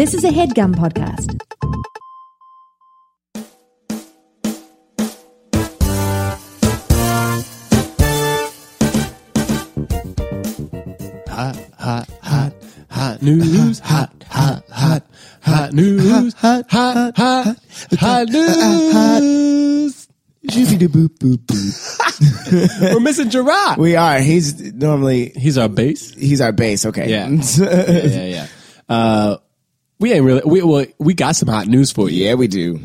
This is a headgum podcast. hot, hot, hot, hot news, hot, hot, hot, hot news, hot, hot, hot, hot news. Shoopity boop boop boop. We're missing Gerard. We are. He's normally He's our base. he's our base. Okay. Yeah. Yeah, yeah, yeah. Uh, we ain't really. We well, we got some hot news for you. yeah, we do.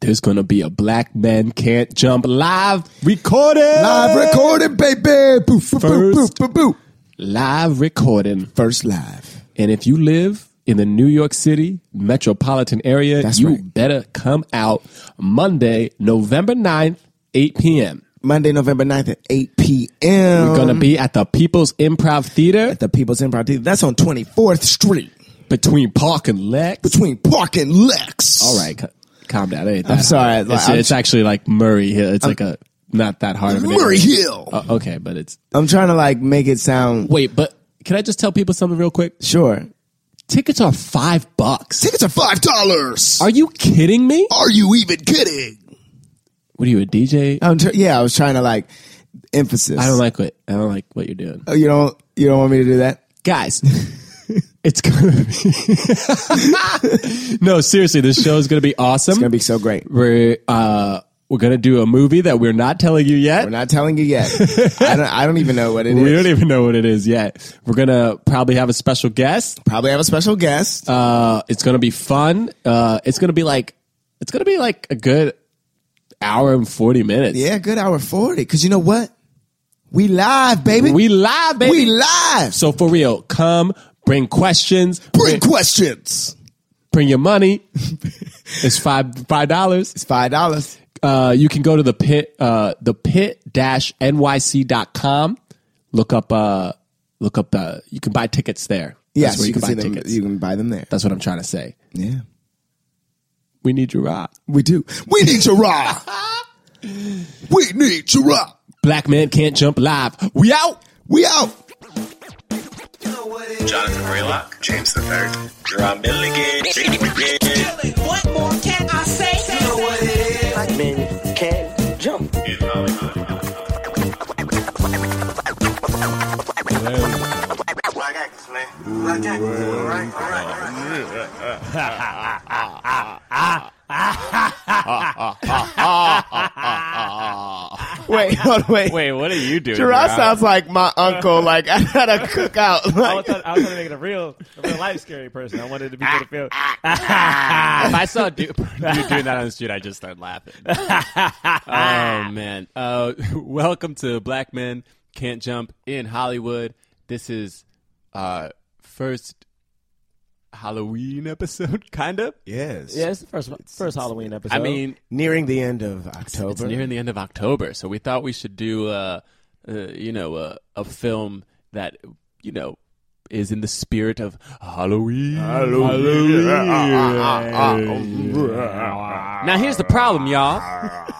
There's gonna be a black man can't jump live recording. Live recording, baby. Poof, poof, First. poof, poof, poof. Live recording. First live. And if you live in the New York City metropolitan area, That's you right. better come out Monday, November 9th, 8 p.m. Monday, November 9th at 8 p.m. We're gonna be at the People's Improv Theater at the People's Improv Theater. That's on 24th Street between Park and Lex. between Park and Lex. All right, c- calm down. It ain't I'm that sorry, hard. It's, like, I'm it's tr- actually like Murray Hill. It's like a not that hard of an Murray area. Hill. Uh, okay, but it's I'm trying to like make it sound wait. But can I just tell people something real quick? sure. Tickets are five bucks. Tickets are five dollars. Are you kidding me? Are you even kidding? What are you a DJ? I'm tr- yeah, I was trying to like emphasis. I don't like what I don't like what you're doing, Oh, you don't. You don't want me to do that. guys. It's gonna be no seriously. This show is gonna be awesome. It's gonna be so great. we're uh, we're gonna do a movie that we're not telling you yet. We're not telling you yet. I, don't, I don't even know what it We is. don't even know what it is yet. We're gonna probably have a special guest. Probably have a special guest. Uh, it's gonna be fun. Uh, it's gonna be like it's gonna be like a good hour and forty minutes. yeah, good hour forty. Cause you know what? We live, baby. we live, baby. We live. so for real, come bring questions, Bring questions. bring your money. it's five five dollars. It's five dollars. Uh, you can go to the pit uh, the pit dash nyc.com. Look up uh, look up uh, you can buy tickets there. That's Yes, where you can, see buy them. tickets. You can buy them there. That's what I'm trying to say. Yeah, We need your rock. we do. We need Gerard. we need Gerard. Black man can't jump live. We out. We out. Jonathan Raylock, James the Third, Drum Milligan. What more can I say? You know what it is. black men can't jump. Black actors, man. Black actors. All right, all right, all right. Wait, hold on, wait. Wait, what are you doing? Gerard Rob? sounds like my uncle. Like I had a cookout. I was, Like, trying, I was trying to make it a real, a real life scary person. I wanted to be able to feel. if I saw du- you doing that on the street, I just start laughing. oh man! Uh, welcome to Black Men Can't Jump in Hollywood. This is uh first Halloween episode, kind of. yes. Yeah, it's the first first Halloween episode. I mean, Nearing the end of October. it's nearing the end of October, so we thought we should do, uh, uh, you know, uh, a film that you know is in the spirit of Halloween. Now here's the problem, y'all.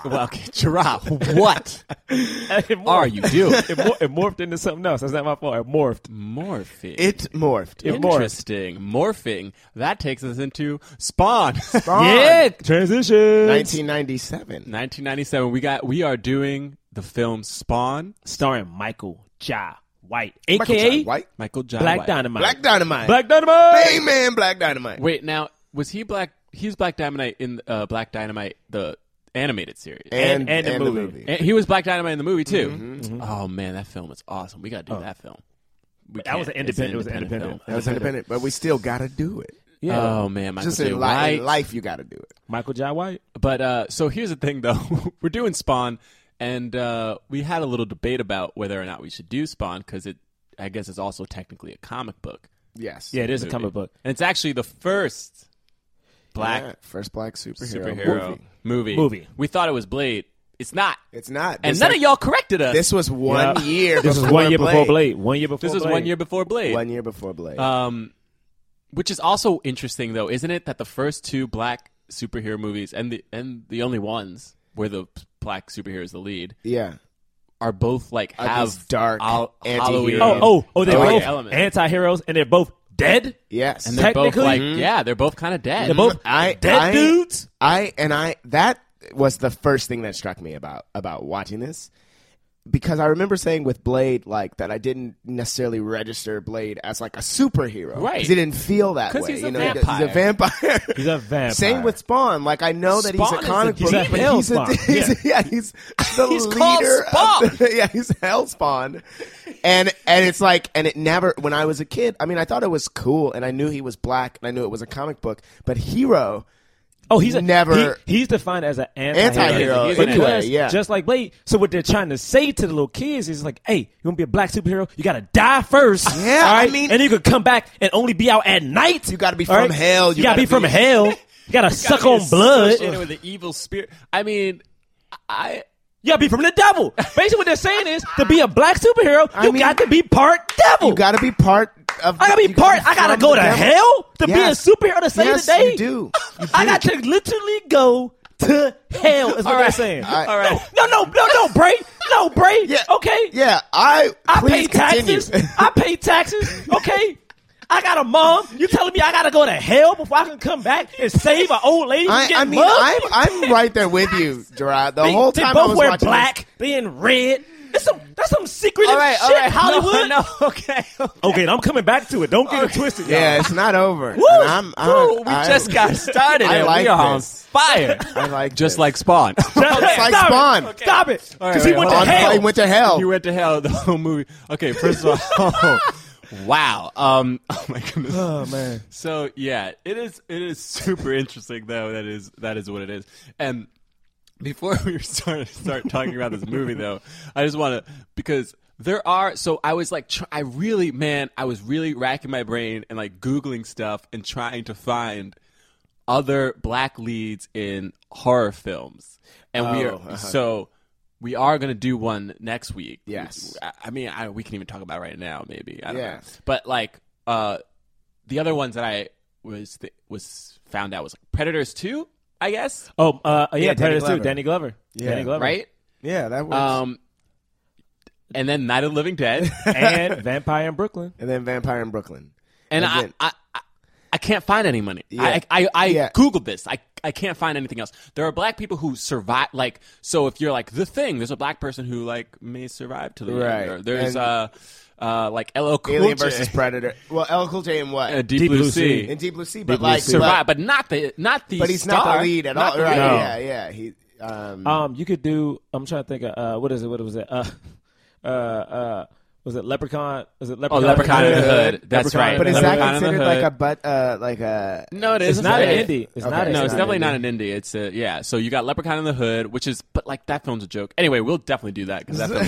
well, okay, giraffe, what it morphed. are you doing? It, mor- it morphed into something else. That's not my fault. It morphed. Morphing. It morphed. It morphed. Interesting. Morphing. That takes us into Spawn. Yeah. Transition. 1997. 1997. We got. We are doing the film Spawn. Starring Michael Ja White, Michael aka John White. Michael John Black White. Dynamite. Black Dynamite. Black Dynamite. Hey man, Black Dynamite. Wait, now was he Black? He was Black Dynamite in uh, Black Dynamite, the animated series. And, Mm-hmm. and the the movie. movie. And he was Black Dynamite in the movie too. Oh man, that film is awesome. We got to do that film. We Oh. That was can't. an It's independent- it was an independent. That was independent, but we still gotta do it. film. Oh man, Michael Just J. in, li- White. in life, you gotta do it. Michael Ja White. But uh, so here's the thing, though. We're doing Spawn, and uh, we had a little debate about whether or not we should do Spawn because it, I guess, it's also technically a comic book, Yes. Yeah, it is a Movie. comic book. and it's actually the first black Yeah, First black superhero, superhero movie. movie. Movie. We thought it was Blade. It's not. It's not. and This- none of y'all corrected us. This was one Yeah. year. This was before one year Blade. before Blade. One year before. this was Blade. Uh, one year before Blade. One year before Blade. Um, which is also interesting, though, isn't it? That the first two black superhero movies and the and the only ones where the black superhero is the lead yeah. are both like Are have these dark Hall- anti-hero Halloween. Oh, Oh, oh, they're like both elements. anti-heroes, and they're both dead? Yes. And they're both Technically- like, Hmm? Mhm. yeah, they're both kind of dead. They're both I- dead I- dudes. I and I that was the first thing that struck me about about watching this because I remember saying with Blade like that I didn't necessarily register Blade as like a superhero Right. because he didn't feel that 'Cause way. he's a you know, He- vampire. he's a vampire. He's a vampire. Same with Spawn. Like I know that Spawn he's is a comic a book, deep but hell he's Spawn. a he's, a- yeah, he's the He's leader. called Spawn. Of the, yeah, he's hell Spawn. And and it's like and it never. When I was a kid, I mean, I thought it was cool, and I knew he was black, and I knew it was a comic book. But hero, Oh, he's a, Never- he- he's defined as an anti-hero. Anti-hero, He's an Because anti- yeah. Just like Blade. So what they're trying to say to the little kids is like, "Hey, you want to be a black superhero? You got to die first. Yeah, all I right? mean- and you could come back and only be out at night. You gotta be all from hell. You, You got gotta to be, from be- hell. You got to suck on blood. Associated with the evil spirit. I mean, I. You got to be from the devil. Basically, what they're saying is to be a black superhero, you mean- got to be part devil. you got to be part of. I got to you be part. be I got to from go the to devil. hell to Yes. be a superhero to save Yes, the day. you do. You I do. got to literally go to hell. Is what right. they're saying. I- All right. No, no, no, no, Bray. No, Bray. Yeah. Okay. Yeah, I. I pay please continue. taxes. I pay taxes. Okay. I got a mom. You telling me I gotta go to hell before I can come back and save an old lady? from I, getting I mean, mugged? I'm, I'm right there with you, Gerard. The They, whole they time I both was wear watching black. They in red. That's some. That's some secretive All right, shit. all right, Hollywood. No, no, okay. Okay, and I'm coming back to it. Don't get it twisted. this. Yeah, it's not over. Woo! And I'm, I'm, Ooh, we I- just got started. I and like we are on this. fire. I like Just this. like Spawn. Y'all. It's like Stop Spawn. It. Stop it. Because right, he wait, went to hold on hell. plane went to hell. You went to hell Oh, the whole movie. Okay, first of all, wow. Um, oh my goodness. Oh man. So yeah, it is. It is super interesting though. That is that is what it is. And before we start start talking about this movie though, I just want to because there are so I was like tr- I really man I was really racking my brain and like googling stuff and trying to find other black leads in horror films. And we are Oh, uh-huh. so we are going to do one next week. Yes. I, I mean, I, we can even talk about it right now maybe. I don't know. Yeah. But like uh the other ones that I was th- was found out was like Predators 2, I guess, Oh, uh, yeah, Yeah, Danny Predators Glover. too. Danny Glover. Yeah. Danny Glover. right? Yeah, that works. Um, and then Night of the Living Dead, And Vampire in Brooklyn. and then Vampire in Brooklyn. and I, Again. I, I, I can't find any money. Yeah. I, I, I Yeah. googled this. I, I can't find anything else. There are black people who survive. Like, so if you're like the thing, there's a black person who like may survive to the end. Right. Or And- There's uh, uh, like LL Cool Alien J, versus Predator. Well, El Cool J and what? uh, In Deep, Blue Sea. Deep Blue Sea, but Blue like Sea. survive, but, not the not the But, but he's not star. the lead at Not all. the Right? lead. No. Yeah, yeah. He. Um, Um, you could do. I'm trying to think. Of, uh, what is it? What was it? Uh, uh, uh, was it Leprechaun? Was it Leprechaun? Oh, Leprechaun in the Hood. That's Leprechaun right. in but the is Hood. that Leprechaun in the considered like Hood. a but uh, like a? No, it is. It's not It's an indie. It's not. Okay. an no, It's it's not definitely an not an indie. It's a yeah. So you got Leprechaun in the Hood, which is but like that film's a joke. Anyway, we'll definitely do that because that film's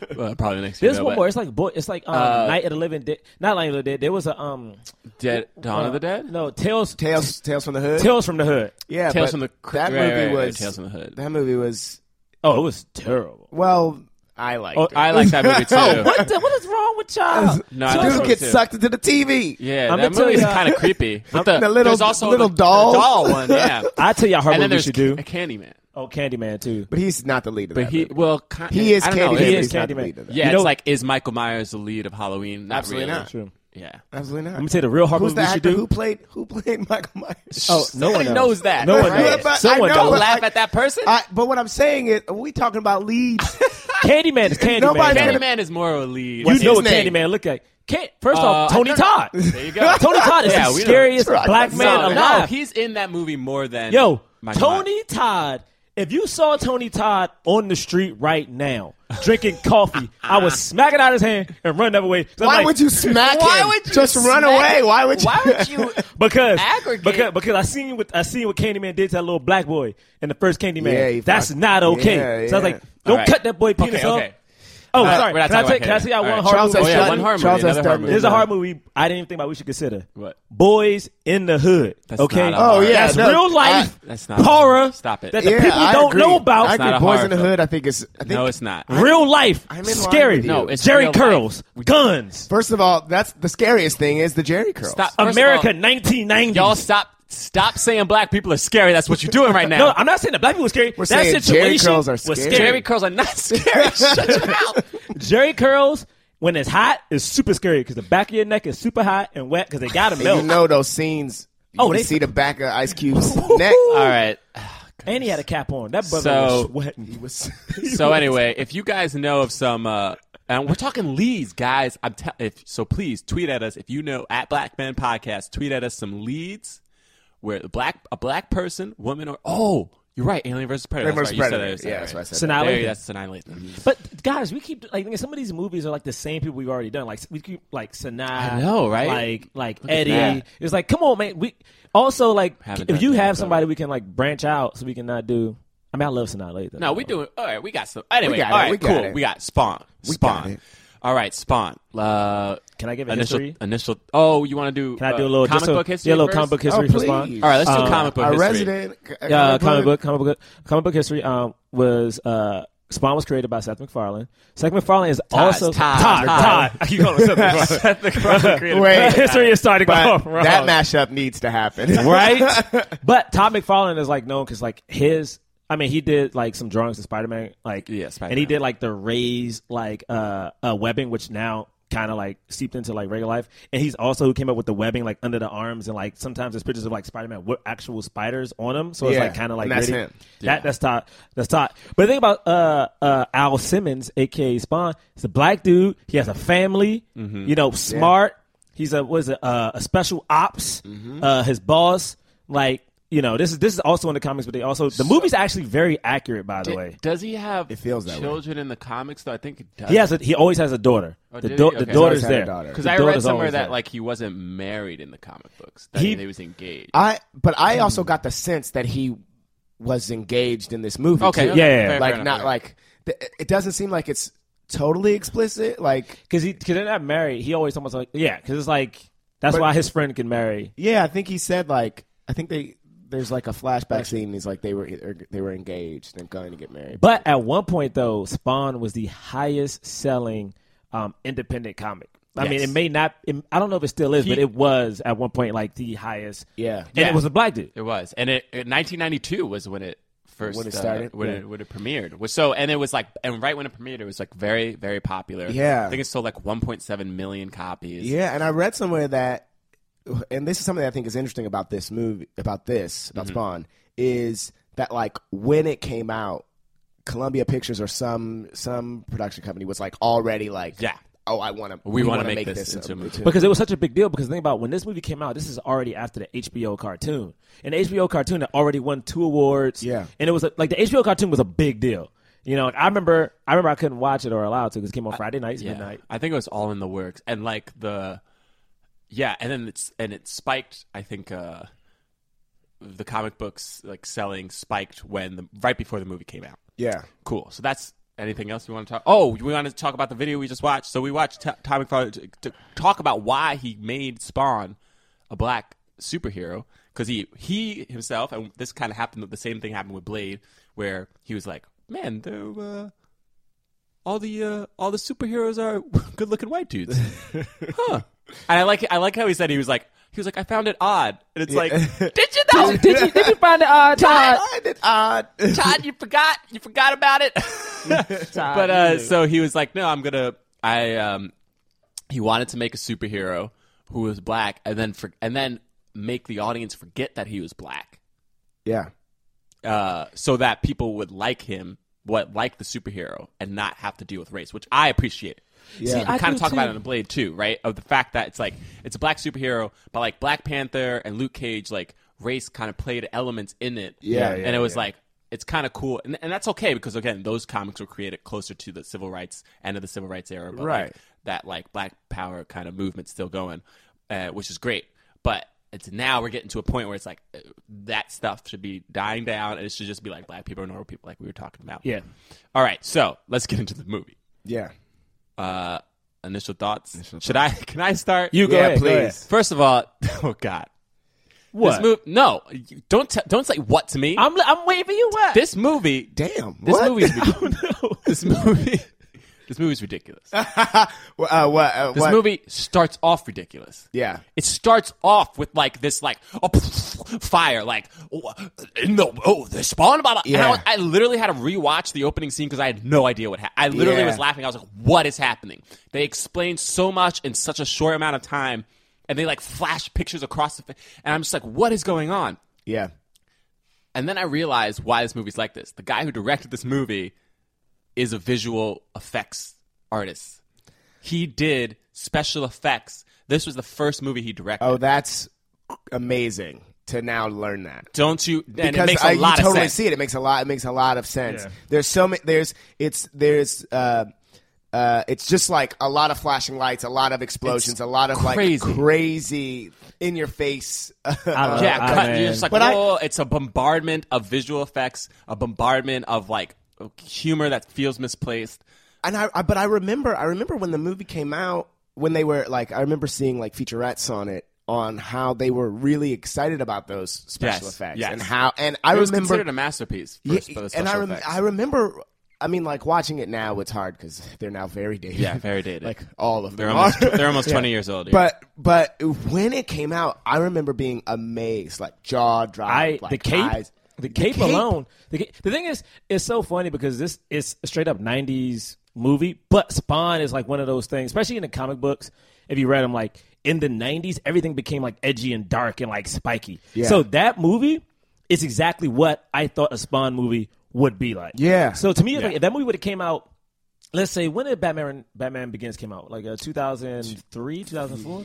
hilarious. uh, probably next year. There's though, one but more. It's like boy. It's like um, Uh, Night of the Living Dead. Not Night of the Dead. There was a um. Dead Dawn uh, of the Dead. No, Tales. Tales, Tales from the Hood. Tales from the Hood. yeah, Tales but from the Cri- that right, movie right, right, was Tales from the Hood. That movie was Oh, it was terrible. well. I liked Oh, it. I like that movie too. What, the, what is wrong with y'all? No, I Tales from- like Dude that gets too. sucked into the TV. Yeah, I'm that gonna tell movie is you- kind of creepy. But the, The little- there's also little the, the doll. doll one. Yeah, I tell y'all, and Harper, we then there's should do. a Candyman. Oh, Candyman too. But he's not the lead of But that he movie. well, kind, He is I don't know, Candyman. he is he's not the Candyman. lead of that. Yeah, You know- it's like is Michael Myers the lead of Halloween? Not Absolutely really. not. True. Yeah. Absolutely not. I'm gonna tell you the real Harper Who's the we should actor do. who played who played Michael Myers? Oh, no one Nobody knows that. No one Right? knows. But I Someone know, knows. but Laugh I- at that person. I, but what I'm saying is, are we talking about leads? Candyman is Candyman. Nobody's Candyman. gonna- Candyman is more of a lead. You know his what name? Candyman look like. Can't, first Uh, off, I Tony don't- Todd. There you go. Tony Todd is Yeah, the we know. scariest Right. black man no, alive. No, he's in that movie more than Yo, Michael Tony Myers. Todd. If you saw Tony Todd on the street right now drinking coffee, I would smack it out of his hand and run the other way. 'Cause I'm Why like- would you smack Why him? would you Just run smack away. him? Why would you? Why would you? Because Aggregate. because because I seen what I seen what Candyman did to that little black boy in the first Candyman. Yeah, he That's fucked- not okay. Yeah, so I was yeah. like, don't Alright. cut that boy penis Okay, off. okay. Oh, Alright, sorry. we're not Can I talking take, can I about tell y'all Candyman. one Alright. horror Charles S. movie? Oh, yeah, Dutton- one horror movie, Charles S. another horror Dutton movie. is This is a in horror that. movie I didn't even think about we should consider. What? Boys in the Hood. That's okay. not a horror. Oh, yeah, That's no, real life I- that's not a horror. horror. Stop it. That Yeah, the people I don't agree. know I about. It's not a agree. Boys horror in the film. Hood. I think is. I think, No, it's not. real life. I'm in line Scary. with you. No, it's Jerry real Curls. Guns. First of all, that's the scariest thing is the Jerry curls. Stop. First of America all, 1990. y'all stop. Stop saying black people are scary. That's what you're doing right now. No, I'm not saying the black people are scary. We're that saying Jerry situation Curls are was scary. scary. Jerry curls are not scary. Shut your mouth. Jerry curls When it's hot, it's super scary because the back of your neck is super hot and wet because they gotta And melt. you know those scenes. You Oh, can they- see the back of Ice Cube's neck. All right. and he had a cap on. That brother So- was sweating. He was- So anyway, if you guys know of some, uh, and we're talking leads, guys. I'm te- if so, please tweet at us if you know at Black Man Podcast. Tweet at us some leads where the black a black person, woman, or oh, you're right, Alien versus Predator. Alien That's versus right, you said Predator. that, you said Yeah, that, that's right. what I said. Sinai There you Lathan. go, that's Sinai Lathan. But guys, we keep like some of these movies are like the same people we've already done. Like we keep like Sanaa, I know, right? Like like at Eddie. that. It's like come on, man. We also like Haven't if done you that, have so- somebody we can like branch out so we can not do. I mean, I love Sanaa Lathan. No, we doing all right. We got some. Anyway, got it, all right, we got cool. it. We got Spawn. Spawn. got it. All right, Spawn. Uh, Can I give a initial history? initial? Oh, you want to do? Can I uh, do a little comic just a- book history? Yeah, a little first? comic book Oh, history for Spawn. please. All right, let's do Uh, comic book Our history. resident c- uh, comic book, comic book, comic book history. Um, was uh, Spawn was created by Seth MacFarlane. Seth MacFarlane is also Todd, Todd. Todd. Todd. I keep calling him Seth MacFarlane. Seth MacFarlane created- Wait. history is starting But off wrong. that mashup needs to happen. right? but Todd McFarlane is like known because like his. I mean, he did like some drawings of Spider Man, like Yeah, and he Spider-Man. did like the rays, like uh, uh webbing, which now kind of like seeped into like regular life. And he's also who came up with the webbing like under the arms, and like sometimes there's pictures of like Spider Man with actual spiders on him, so it's Yeah, like kind of like and that's gritty. him. That that's Todd. That's Todd. But the thing about uh uh Al Simmons, aka Spawn, he's a black dude. He has a family. Mm-hmm. You know, smart. He's a was it uh, a special ops. Mm-hmm. Uh, his boss, like you know, this is this is also in the comics, but they also the movie's actually very accurate. By the D- way, Does he have it feels that way. children in the comics? Though I think it does. he has a, he always has a daughter. the, did dau- he? the Okay. daughter's He's always had a there daughter. because The I read daughter's somewhere always that there. like he wasn't married in the comic books. That He- he, was engaged. I but I also got the sense that he was engaged in this movie. okay, too. okay, yeah, yeah. fair, like fair not enough. like th- it doesn't seem like it's totally explicit. Like because he because they're not married. He always almost like yeah, because it's like that's But- why his friend can marry. yeah, I think he said like I think they there's like a flashback scene. And he's like they were er, they were engaged and going to get married. But at one point, though, Spawn was the highest selling um, independent comic. I mean, it may not. It, I don't know if it still is, but it was at one point like the highest. Yeah. and Yeah. it was a black dude. It was, and it, it 1992 was when it first When it uh, started, when, yeah. it, when it premiered. Was so, and it was like, and right when it premiered, it was like very, very popular. Yeah. I think it sold like 1.7 million copies. Yeah, and I read somewhere that, and this is something I think is interesting about this movie, about this, Mm-hmm. about Spawn, is that like when it came out, Columbia Pictures or some some production company was like already like, Yeah. oh, I want to, We wanna make this into a movie. Because it was such a big deal. Because think about when this movie came out, this is already after the HBO cartoon, and the HBO cartoon had already won two awards. Yeah. and it was a, like the HBO cartoon was a big deal. You know, I remember, I remember I couldn't watch it or allowed to because it came on Friday nights, Yeah. midnight. I think it was all in the works, and like the, yeah, and then it's and it spiked. I think uh the comic books like selling spiked when the right before the movie came out. yeah, Cool. So that's anything else you want to talk? Oh, we want to talk about the video we just watched. So we watched T- Tommy Father to, to talk about why he made Spawn a black superhero because he he himself and this kind of happened. The same thing happened with Blade, where he was like, "Man, there." Uh, all the uh, all the superheroes are good looking white dudes, huh? And I like I like how he said he was like he was like I found it odd, and it's like did you though? Did you did you find the uh, Todd? Todd, you forgot you forgot about it. but uh, so he was like, no, I'm gonna. I um, he wanted to make a superhero who was black, and then for, and then make the audience forget that he was black, yeah, uh, so that people would like him, what like the superhero, and not have to deal with race, which I appreciate. yeah. We kind of do talk about too. it in Blade too, right? Of the fact that it's like it's a black superhero, but like Black Panther and Luke Cage, like race kind of played elements in it. Yeah, and yeah, it was like it's kind of cool, and, and that's okay because again, those comics were created closer to the civil rights end of the civil rights era, but like, Right. that like Black Power kind of movement's still going, uh, which is great, but. It's now we're getting to a point where it's like uh, that stuff should be dying down, and it should just be like black people and normal people, like we were talking about. Yeah. All right, so let's get into the movie yeah, uh initial thoughts should i can i start You go Yeah, ahead, go ahead. please. first of all oh god What? this move no you- don't t- don't say what to me I'm I'm waiting for you. What? this movie Damn, this what? movie this movie This movie's ridiculous. Wha- uh, what, uh, This what- movie starts off ridiculous. Yeah. It starts off with like this, like oh, pff, fire, like oh, in the oh the spawn. Blah, blah. And I, Yeah. was- I literally had to rewatch the opening scene because I had no idea what happened. I literally Yeah. was laughing. I was like, "What is happening?" They explain so much in such a short amount of time, and they like flash pictures across the. Fa- and I'm just like, "What is going on?" yeah. And then I realized why this movie's like this. The guy who directed this movie is a visual effects artist. He did special effects. This was the first movie he directed. Oh, that's amazing to now learn that. Don't you? And because it makes a I, lot you totally of sense. see it. It makes a lot. It makes a lot of sense. There's so many. There's it's there's. uh uh, it's just like a lot of flashing lights, a lot of explosions, It's a lot of crazy. like crazy in your face. love yeah, Oh, cut. man. You're just like, But I- whoa, it's a bombardment of visual effects, a bombardment of like humor that feels misplaced. and I, I but I remember I remember when the movie came out when they were like I remember seeing like featurettes on it on how they were really excited about those special Yes, effects yes. and how and I it was remember considered a masterpiece. For, Yeah, for the and special I rem- effects. I remember I mean like watching it now it's hard cuz they're now very dated. yeah, very dated. like all of they're them almost are. they're almost twenty years old. dude. But but when it came out, I remember being amazed, like jaw dropped. I like the cape, eyes- the cape alone. The, ca- the thing is, it's so funny because this is a straight up '90s movie, but Spawn is like one of those things, especially in the comic books. If you read them, like in the '90s, everything became like edgy and dark and like spiky. So that movie is exactly what I thought a Spawn movie would be like. Yeah. So to me, it's like, if that movie would have came out. Let's say when did Batman Batman Begins came out? Like uh, 2003, 2004?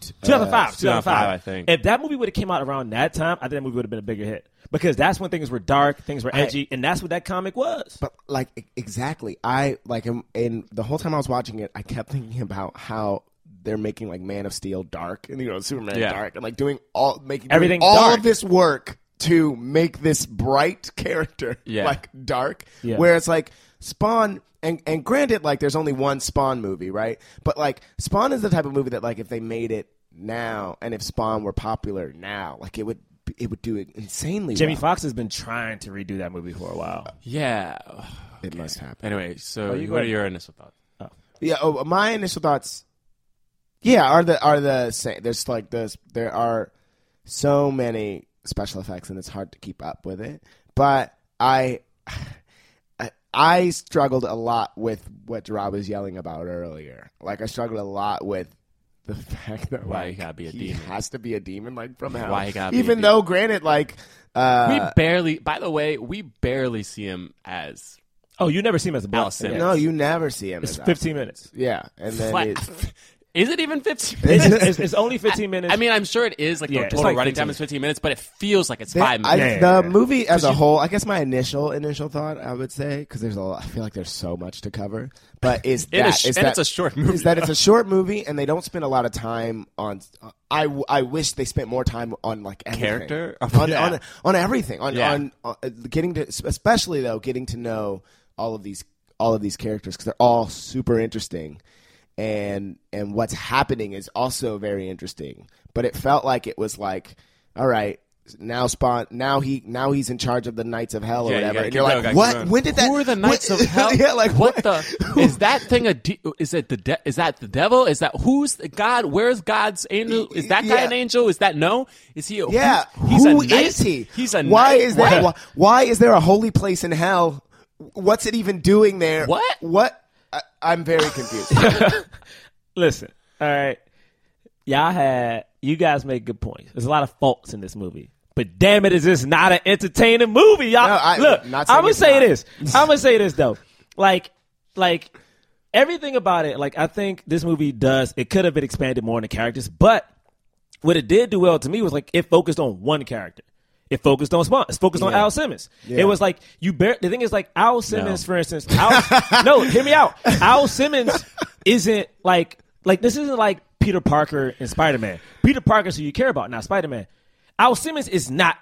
2005, 2005, I think. If that movie would have came out around that time, I think that movie would have been a bigger hit because that's when things were dark, things were edgy, and that's what that comic was. But like e- exactly, I like and, and the whole time I was watching it, I kept thinking about how they're making like Man of Steel dark and you know Superman Yeah. dark and like doing all making doing Everything all dark. of this work to make this bright character Yeah. like dark. Yeah. Where it's like Spawn and and granted like there's only one Spawn movie, right? But like Spawn is the type of movie that like if they made it now and if Spawn were popular now, like it would it would do it insanely Jamie well. Foxx has been trying to redo that movie for a while. yeah, It must happen. Anyway, so you go what are ahead. your initial thoughts? Yeah, oh, my initial thoughts. Yeah, are the are the same. There's like this. There are so many special effects, and it's hard to keep up with it. But I, I, I struggled a lot with what Rob was yelling about earlier. Like I struggled a lot with the fact that Why like, he gotta be a he demon. has to be a demon, like from hell. Why he gotta be a Even demon. though, granted, like uh, we barely. By the way, we barely see him as Oh, you never see him as a black. Allison. no, you never see him. It's as 15 minutes. Yeah, and then Fla- it's- Is it even fifteen? It's, minutes? it's- it's only 15 minutes. I mean, I'm sure it is. Like Yeah, the it's total like running 15. time is fifteen minutes, but it feels like it's They- five I- minutes. the movie as a whole, I guess my initial initial thought, I would say, because there's a lot, I feel like there's so much to cover, but is In a that sh- is and that- it's a short movie. Is that it's a short movie, and they don't spend a lot of time on. I, w- I wish they spent more time on like everything. Character? on, Yeah. on on everything on, Yeah. on on uh, getting to especially though getting to know all of these all of these characters because they're all super interesting and and what's happening is also very interesting but it felt like it was like all right now spawn now he now he's in charge of the knights of hell or Yeah, you whatever gotta and keep you're like going, gotta what keep going. when did that Who are the what- knights of hell? yeah like what, the? Is that thing a? De- is it the? De- is that the devil? Is that who's the God? Where's God's angel? Is that guy Yeah. an angel? Is that no? Is he? A, Yeah, he's, he's who a knight? is he? He's a. Why knight? is that? Why, What? why is there a holy place in hell? What's it even doing there? What? What? I, I'm very confused. Listen, all right. Y'all had you guys make good points. There's a lot of faults in this movie. But damn it, is this not an entertaining movie, y'all? No, I- Look, not saying I'm gonna it's say not. this. I'm gonna say this though. Like, like everything about it. Like, I think this movie does. It could have been expanded more on the characters, but what it did do well to me was like it focused on one character. It focused on Spawn. It focused on Al Simmons. It was like you. Bear, the thing is, like Al Simmons, for instance. Al, no, hear me out. Al Simmons isn't like like this isn't like Peter Parker and Spider Man. Peter Parker's who you care about, not Spider Man. Al Simmons is not.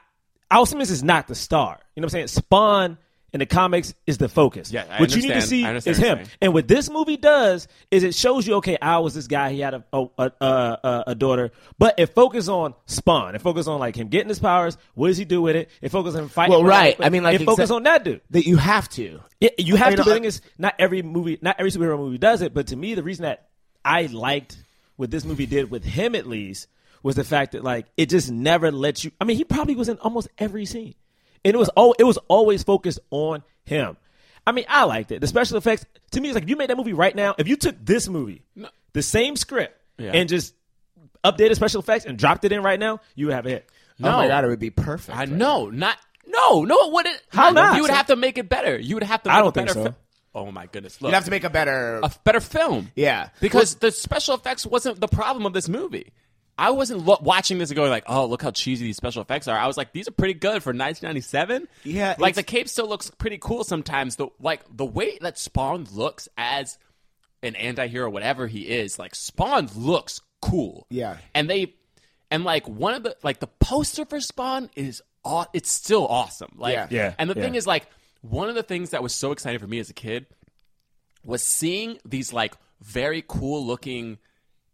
Al Simmons is not the star. You know what I'm saying? Spawn in the comics is the focus. Yeah, I what you need to understand. see I is understand what him. you're saying. And what this movie does is it shows you, okay, I was this guy. He had a a, a, a, a daughter, but it focuses on Spawn. It focuses on like him getting his powers. What does he do with it? It focuses on him fighting. Well, with all right. that, I mean, like, it focuses exact- on that dude. that you have to. Yeah, you have mean, to. But I- the thing is, not every movie, not every superhero movie does it. But to me, the reason that I liked what this movie did with him, at least, was the fact that like it just never let you. I mean, he probably was in almost every scene, and it was all it was always focused on him. I mean, I liked it. The special effects to me is like if you made that movie right now. If you took this movie, the same script, and just updated special effects and dropped it in right now, you would have a hit. No, Oh my god, it would be perfect. I know. Not no, no. It wouldn't. How not? You would have to make it better. You would have to. Make I don't a think better so. fi- oh my goodness! Look, You'd have to make a better. a f- better film. Yeah. because the special effects wasn't the problem of this movie. I wasn't lo- watching this and going like, "Oh, look how cheesy these special effects are." I was like, "These are pretty good for 1997." Yeah, like it's- the cape still looks pretty cool sometimes. The like the way that Spawn looks as an anti-hero, whatever he is, like Spawn looks cool. Yeah. and they and like one of the like the poster for Spawn is aw- it's still awesome. Like, Yeah. Yeah, And the yeah. thing is, like, one of the things that was so exciting for me as a kid was seeing these like very cool looking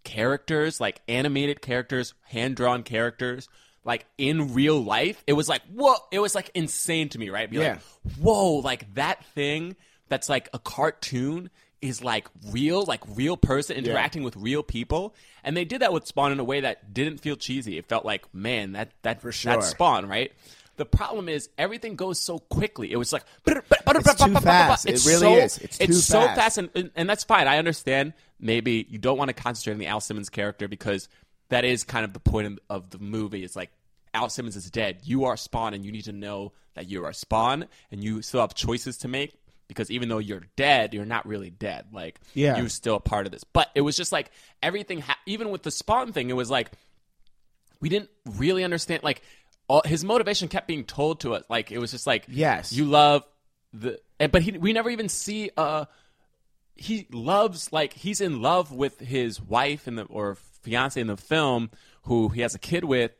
characters, like animated characters, hand drawn characters, like in real life. It was like, whoa, it was like insane to me, right? Be like, whoa, like that thing that's like a cartoon is like real, like real person interacting with real people. And they did that with Spawn in a way that didn't feel cheesy. It felt like, man, that that for sure. that Spawn, right? The problem is everything goes so quickly. It was like It's too fast. It really so- is. It's too so fast. fast, and- and and that's fine. I understand. Maybe you don't want to concentrate on the Al Simmons character because that is kind of the point of, of the movie. It's like Al Simmons is dead. You are Spawn, and you need to know that you are Spawn, and you still have choices to make because even though you're dead, you're not really dead. Like Yeah. you're still a part of this. But it was just like everything. Ha- even with the Spawn thing, it was like we didn't really understand like all, his motivation kept being told to us like it was just like Yes. you love the and, but he we never even see uh he loves like he's in love with his wife in the or fiance in the film who he has a kid with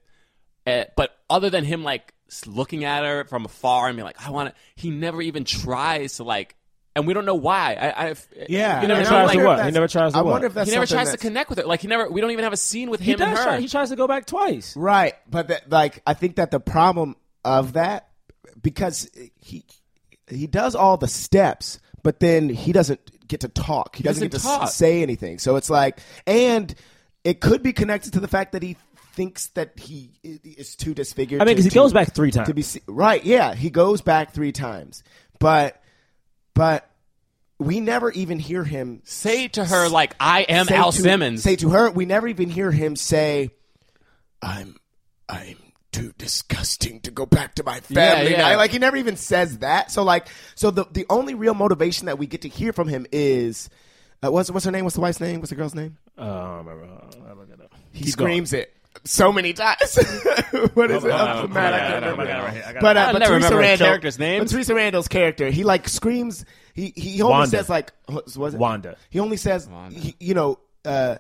uh, but other than him like s- looking at her from afar and being like i want to he never even tries to like and we don't know why i i Yeah. you never And I tries tries to wonder what? if what that's- He never tries to I what? wonder if that's he never something tries to that's- connect with her like he never we don't even have a scene with He him and does. her Try, he tries to go back twice. Right, but that, like I think that the problem of that because he he does all the steps, but then he doesn't get to talk. He, doesn't, doesn't get to talk. s- say anything. So it's like, and it could be connected to the fact that he thinks that he i- is too disfigured. I mean, to- 'cause he to- goes back three times. to be se- right. Yeah, he goes back three times, but but we never even hear him say to her like I am say Al to- Simmons. Say to her, we never even hear him say, "I'm, I'm too disgusting to go back to my family." yeah. now." Like he never even says that. So like, so the the only real motivation that we get to hear from him is, uh, what's what's her name? What's the wife's name? What's the girl's name? Oh, I don't remember. I don't remember. He screams it so many times. what is it? Oh, man, I I can't got it, remember. I got it right here. I got it. But, I uh, but never Teresa remember a Randall, character's name. But Teresa Randall's character, he like screams. He he only Wanda. says like what was it? Wanda. He only says he- you know. Uh,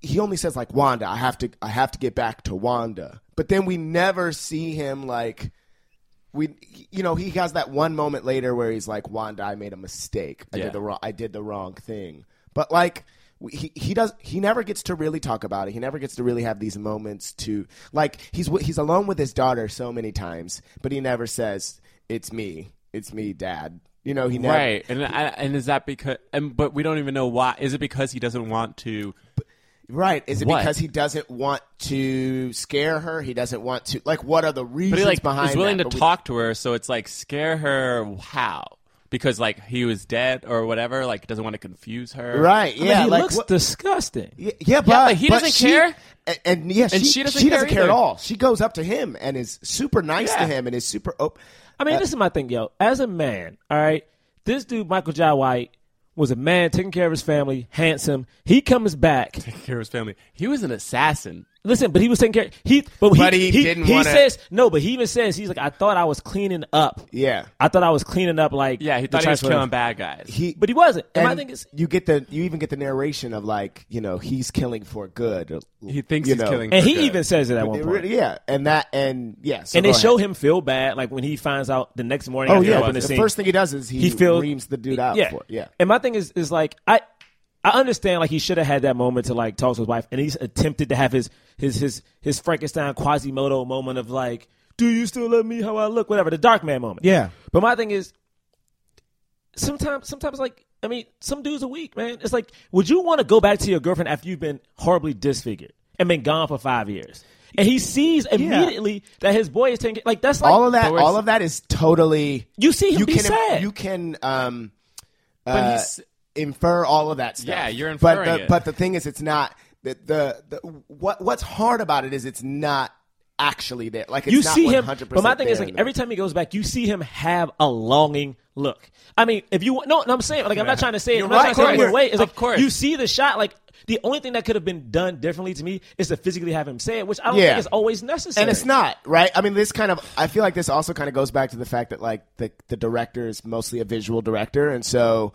he only says like Wanda. I have to. I have to get back to Wanda. But then we never see him like. We, you know, he has that one moment later where he's like, "Wanda, I made a mistake. I Yeah. did the wrong. I did the wrong thing." But like, we- he he does. He never gets to really talk about it. He never gets to really have these moments to like. He's wi- he's alone with his daughter so many times, but he never says, "It's me. It's me, Dad." You know, he never. Right, and I, and is that because? And but we don't even know why. Is it because he doesn't want to? Right. Is it What? because he doesn't want to scare her? He doesn't want to like what are the reasons But he like behind is willing that? to But we- talk to her, so it's like scare her. How? Because like he was dead or whatever. Like doesn't want to confuse her. Right. I mean, Yeah. he like looks what- disgusting. yeah, yeah, but, but he doesn't she- care. And, and yeah, And she, she doesn't she care doesn't care at either. all. She goes up to him and is super nice to Yeah. him and is super open. I mean, this is my thing, yo. As a man, all right, this dude Michael Jai White was a man taking care of his family, handsome. He comes back. Care of his family. He was an assassin. Listen, but he was taking care. He, but he, But he didn't He wanna- says no, but he even says he's like, I thought I was cleaning up. Yeah. I thought I was cleaning up. Like, Yeah, he the thought he was trash killing whatever. bad guys. He, but he wasn't. And, I and think it's you get the you even get the narration of like you know he's killing for good. he thinks you he's know. killing. and for he good. even says it at one It point. really- yeah, and that and yeah, so and go they show ahead. him feel bad, like when he finds out the next morning. Oh after they yeah, open the, scene. first thing he does is he, he feels reams the dude out Yeah, for it. yeah. And my thing is, is like I, I understand like he should have had that moment to like talk to his wife, and he's attempted to have his his his his Frankenstein Quasimodo moment of like, do you still love me how I look? Whatever the Dark Man moment. Yeah. But my thing is, sometimes sometimes like. I mean, some dudes are weak, man. It's like, would you want to go back to your girlfriend after you've been horribly disfigured and been gone for five years? And he sees immediately that his boy is taking like that's like all of that, all of that is totally. You see him you be can, sad. You can um, But uh, he's- infer all of that stuff. Yeah, you're But inferring the, it. but the thing is, it's not the, the the what what's hard about it is it's not actually there. Like it's you not see him. 100% But my thing is, there like in every time he goes back, you see him have a longing look. I mean, if you no, no I'm saying like I'm not trying to say it. I'm not right, trying to take of it away. It's course. like Of course. you see the shot. Like the only thing that could have been done differently to me is to physically have him say it, which I don't Yeah. think is always necessary. and it's not right. I mean, this kind of I feel like this also kind of goes back to the fact that like the the director is mostly a visual director, and so.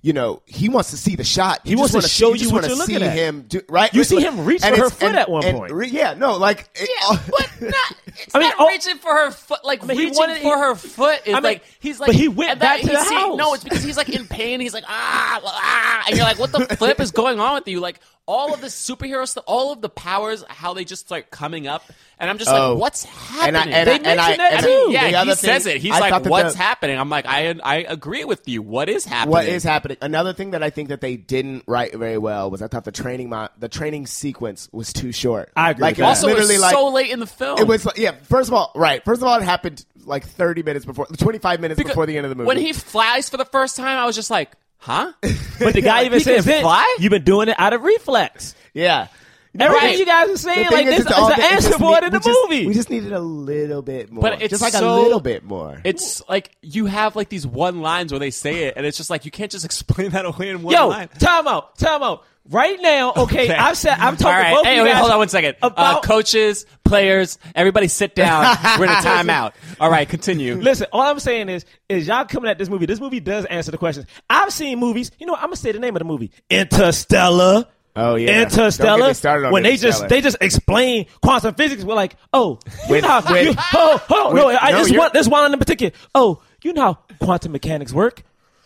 You know, he wants to see the shot. You He wants just wanna to show see, you just what wanna you're looking see at. Him do, right? You It's see like- him reach and for her it's- foot and- at one and point. re- yeah, no, like it- but not. It's I mean, not oh- reaching for her foot. Like mean, he reaching wanted- for her foot is I mean, like he's like. but he went and back that- to he's the seeing- No, house. it's because he's like in pain. He's like ah, well, ah, and you're like, what the flip is going on with you? Like all of the superhero stuff, all of the powers, how they just start coming up, and I'm just like, Oh. what's and I and, happening? I- They and I mentioned that and I- too. the yeah, he other thing- says it. He's I thought like, that "What's the- happening?" I'm like, "I I agree with you. What is happening? What is happening? Another thing that I think that they didn't write very well was I thought the training mo- the training sequence was too short. I agree Like with it that. was Also, literally it's like so late in the film. it was like, yeah. First of all, right. First of all, it happened like thirty minutes before, twenty five minutes Because before the end of the movie. When he flies for the first time, I was just like, "Huh?" but the guy even He can says, "Vince, fly? You've been doing it out of reflex. yeah. Everything Right. you guys are The saying, thing like is, this it's is all the that- it answer just for it need- in the we just- movie. We just needed a little bit more, But it's just like so- a little bit more. It's like you have like these one lines where they say it, and it's just like you can't just explain that away in one Yo, line. time out, time out. Right now, okay, Okay. I've said I'm All talking right, both hey, of you wait, guys hold on one second. uh, about- coaches, players, everybody, sit down. We're in a timeout. All right, continue. Listen, all I'm saying is, is y'all coming at this movie. This movie does answer the questions. I've seen movies. You know, what? I'm gonna say the name of the movie, Interstellar. Oh, yeah. Don't get Interstellar. me started on when they Interstellar. just they just explain quantum physics, we're like, oh, you With- know, how, with- you, oh, hold on, with- no, I, no, this you're- one, this one in particular. Oh, you know how quantum mechanics work?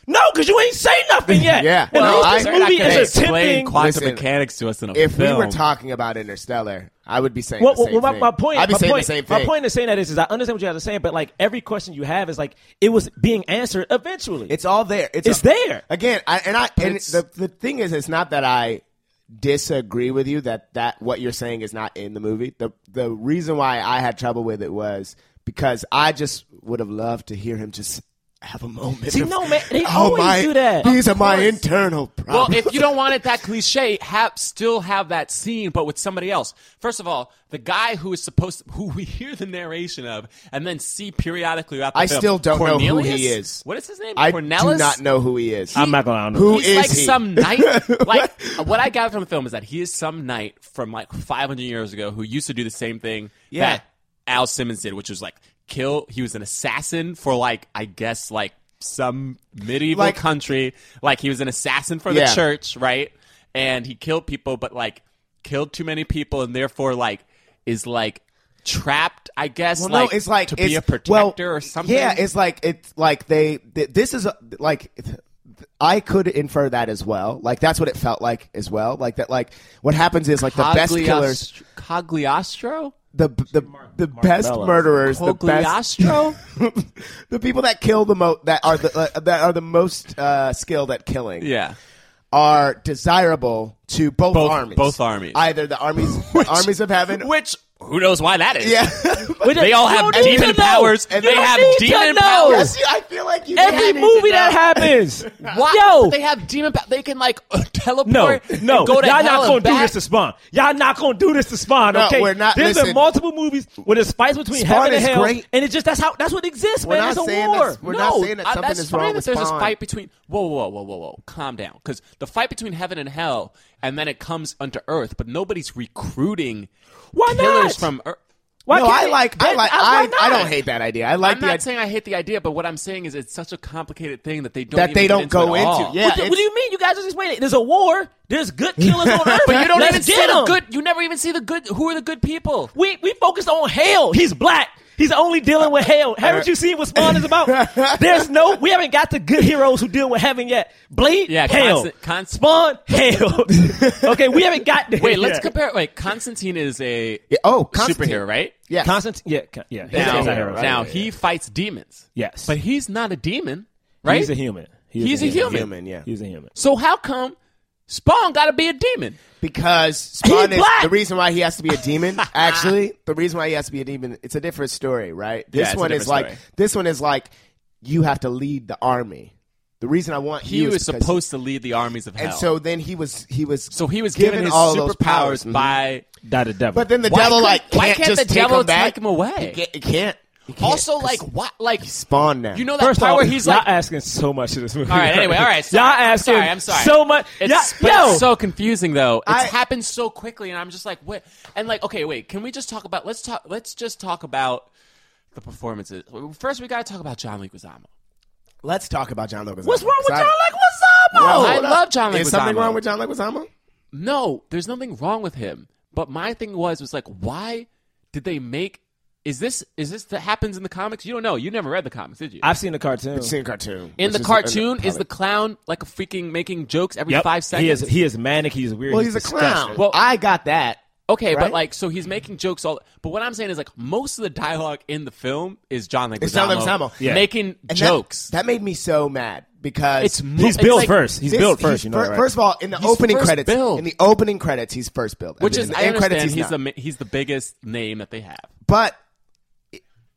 No, because you ain't say nothing yet. Yeah. and Well, at least I- this movie I can is explain attempting. quantum Listen, mechanics to us in a if film. we were talking about Interstellar, I would be saying Well, the same well, my, thing. my point. I'd be my saying point, the same thing. My point in saying that is, is I understand what you guys are saying, but like every question you have is like it was being answered eventually. It's all there. It's, It's there. again. I, and I and it's- the the thing is, it's not that I disagree with you that that what you're saying is not in the movie. The the reason why I had trouble with it was because I just would have loved to hear him just have a moment. See, of, no, man, they oh, always my, do that. These are Of my course. internal Well, problems. if you don't want it that cliche, have still have that scene, but with somebody else. First of all, the guy who is supposed who we hear the narration of and then see periodically throughout the I film, still don't know who Cornelius? he is. What is his name? I Cornelius. do not know who he is. I'm not gonna. Who He's is like he? some knight. Like what I gather from the film is that he is some knight from like 500 years ago who used to do the same thing Yeah. that Al Simmons did, which was like kill. He was an assassin for like I guess like some medieval Like- country. Like he was an assassin for Yeah. the church, right? And he killed people, but like killed too many people, and therefore like is like trapped. I guess Well, like no, it's like to it's, be a protector well, or something. Yeah, it's like it's like they. th- this is a, like th- I could infer that as well. Like that's what it felt like as well. Like that. Like what happens is like the best Cogliostro- killers, Cogliostro. the the the best murderers, the best Cogliostro? the people that kill the most that are the uh, that are the most uh, skilled at killing. yeah. are desirable to both, Both- armies. both armies. Either the armies armies of heaven. Which who knows why that is? yeah. They all have You don't need demon to know. powers. You and they don't have need to demon know. powers. Yes, I feel like you Every need to movie know. that happens, Why? yo, They have demon powers. They can like teleport. no, no, and go to y'all hell not and gonna do back. this to Spawn. Y'all not gonna do this to Spawn. No, okay, we're not- There's listen. been multiple movies where there's fights between Spawn heaven and is hell, great. and it's just that's how that's what exists, We're man. not it's a saying war. that's- we're not no, saying that Uh, I- something that's is fine wrong that with there's this Spawn. fight between. Whoa, whoa, whoa, whoa, whoa! Calm down, because the fight between heaven and hell and then it comes unto Earth, but nobody's recruiting Why killers not? from Earth. Why no, can't I they- like, I they- like, why I, I not? don't hate that idea. I like I'm the not idea saying I hate the idea, but what I'm saying is it's such a complicated thing that they don't that even they get don't into go at all. into. Yeah, what, do, what do you mean? You guys just explained it. There's a war. There's good killers on earth, But you don't Let's even see get the 'em. good. You never even see the good. Who are the good people? We we focused on hell. He's black. He's only dealing with hell. Haven't you seen what Spawn is about? There's no. We haven't got the good heroes who deal with heaven yet. Blade, Yeah, hell. constant- constant- Spawn, hell. okay, we haven't got. There Wait, let's yet. compare. Wait, Constantine is a Yeah, oh, Constantine. superhero, right? Yes. Constantine, yeah, ca- yeah. He's Now, a hero. now he fights demons. yes, But he's not a demon, right? he's a human. He is He's a human. Human, yeah. He's a human. So how come Spawn got to be a demon? because Spawn is He's black! the reason why he has to be a demon. actually, the reason why he has to be a demon, it's a different story, right? Yeah, This it's a one is different like story. this one is like you have to lead the army. The reason I want He you was is because- supposed to lead the armies of hell. and so then he was he was so he was given, given, his all those superpowers powers mhm. by. Not a devil. But then the Why devil couldn't- like can't, why can't just the devil take him back. take him away? He can't. He can't, He can't, Also, 'cause like what? Like Spawn now. you know that First part off, where he's y'all like, asking so much to this movie. All right, anyway, all right, sorry. y'all I'm asking sorry, I'm sorry. so much. It's, y'all, but yo, it's so confusing though. It's I- happened so quickly, and I'm just like, what? And like, okay, wait. Can we just talk about? Let's talk. Let's just talk about the performances. First, we got to talk about John Leguizamo. let's talk about John Leguizamo. what's wrong with Sorry. y'all? Like, what's up? Well, I hold up. love John Is something Leguizamo. wrong with John Leguizamo? No, there's nothing wrong with him. But my thing was was like, why did they make? Is this is this that happens in the comics? You don't know. You never read the comics, did you? I've seen the cartoon. It's in a cartoon. in which the is- cartoon, is comic. the clown like a freaking making jokes every Yep. five seconds? He is, he is manic. He's weird. well, he's a disgusting. clown. Well, Well- I got that. Okay, but Right? like, so he's making jokes all. But what I'm saying is, like, most of the dialogue in the film is John Leguizamo. It's John Leguizamo. Yeah. making And that- jokes. That, made me so mad because it's mo- He's it's built like- first. He's this- built first. You know fir- that, right? First of all, in the He's opening first credits, billed. in the opening credits, he's first build, Which is in the I end credits, understand he's, he's, the not. ma- he's the biggest name that they have. but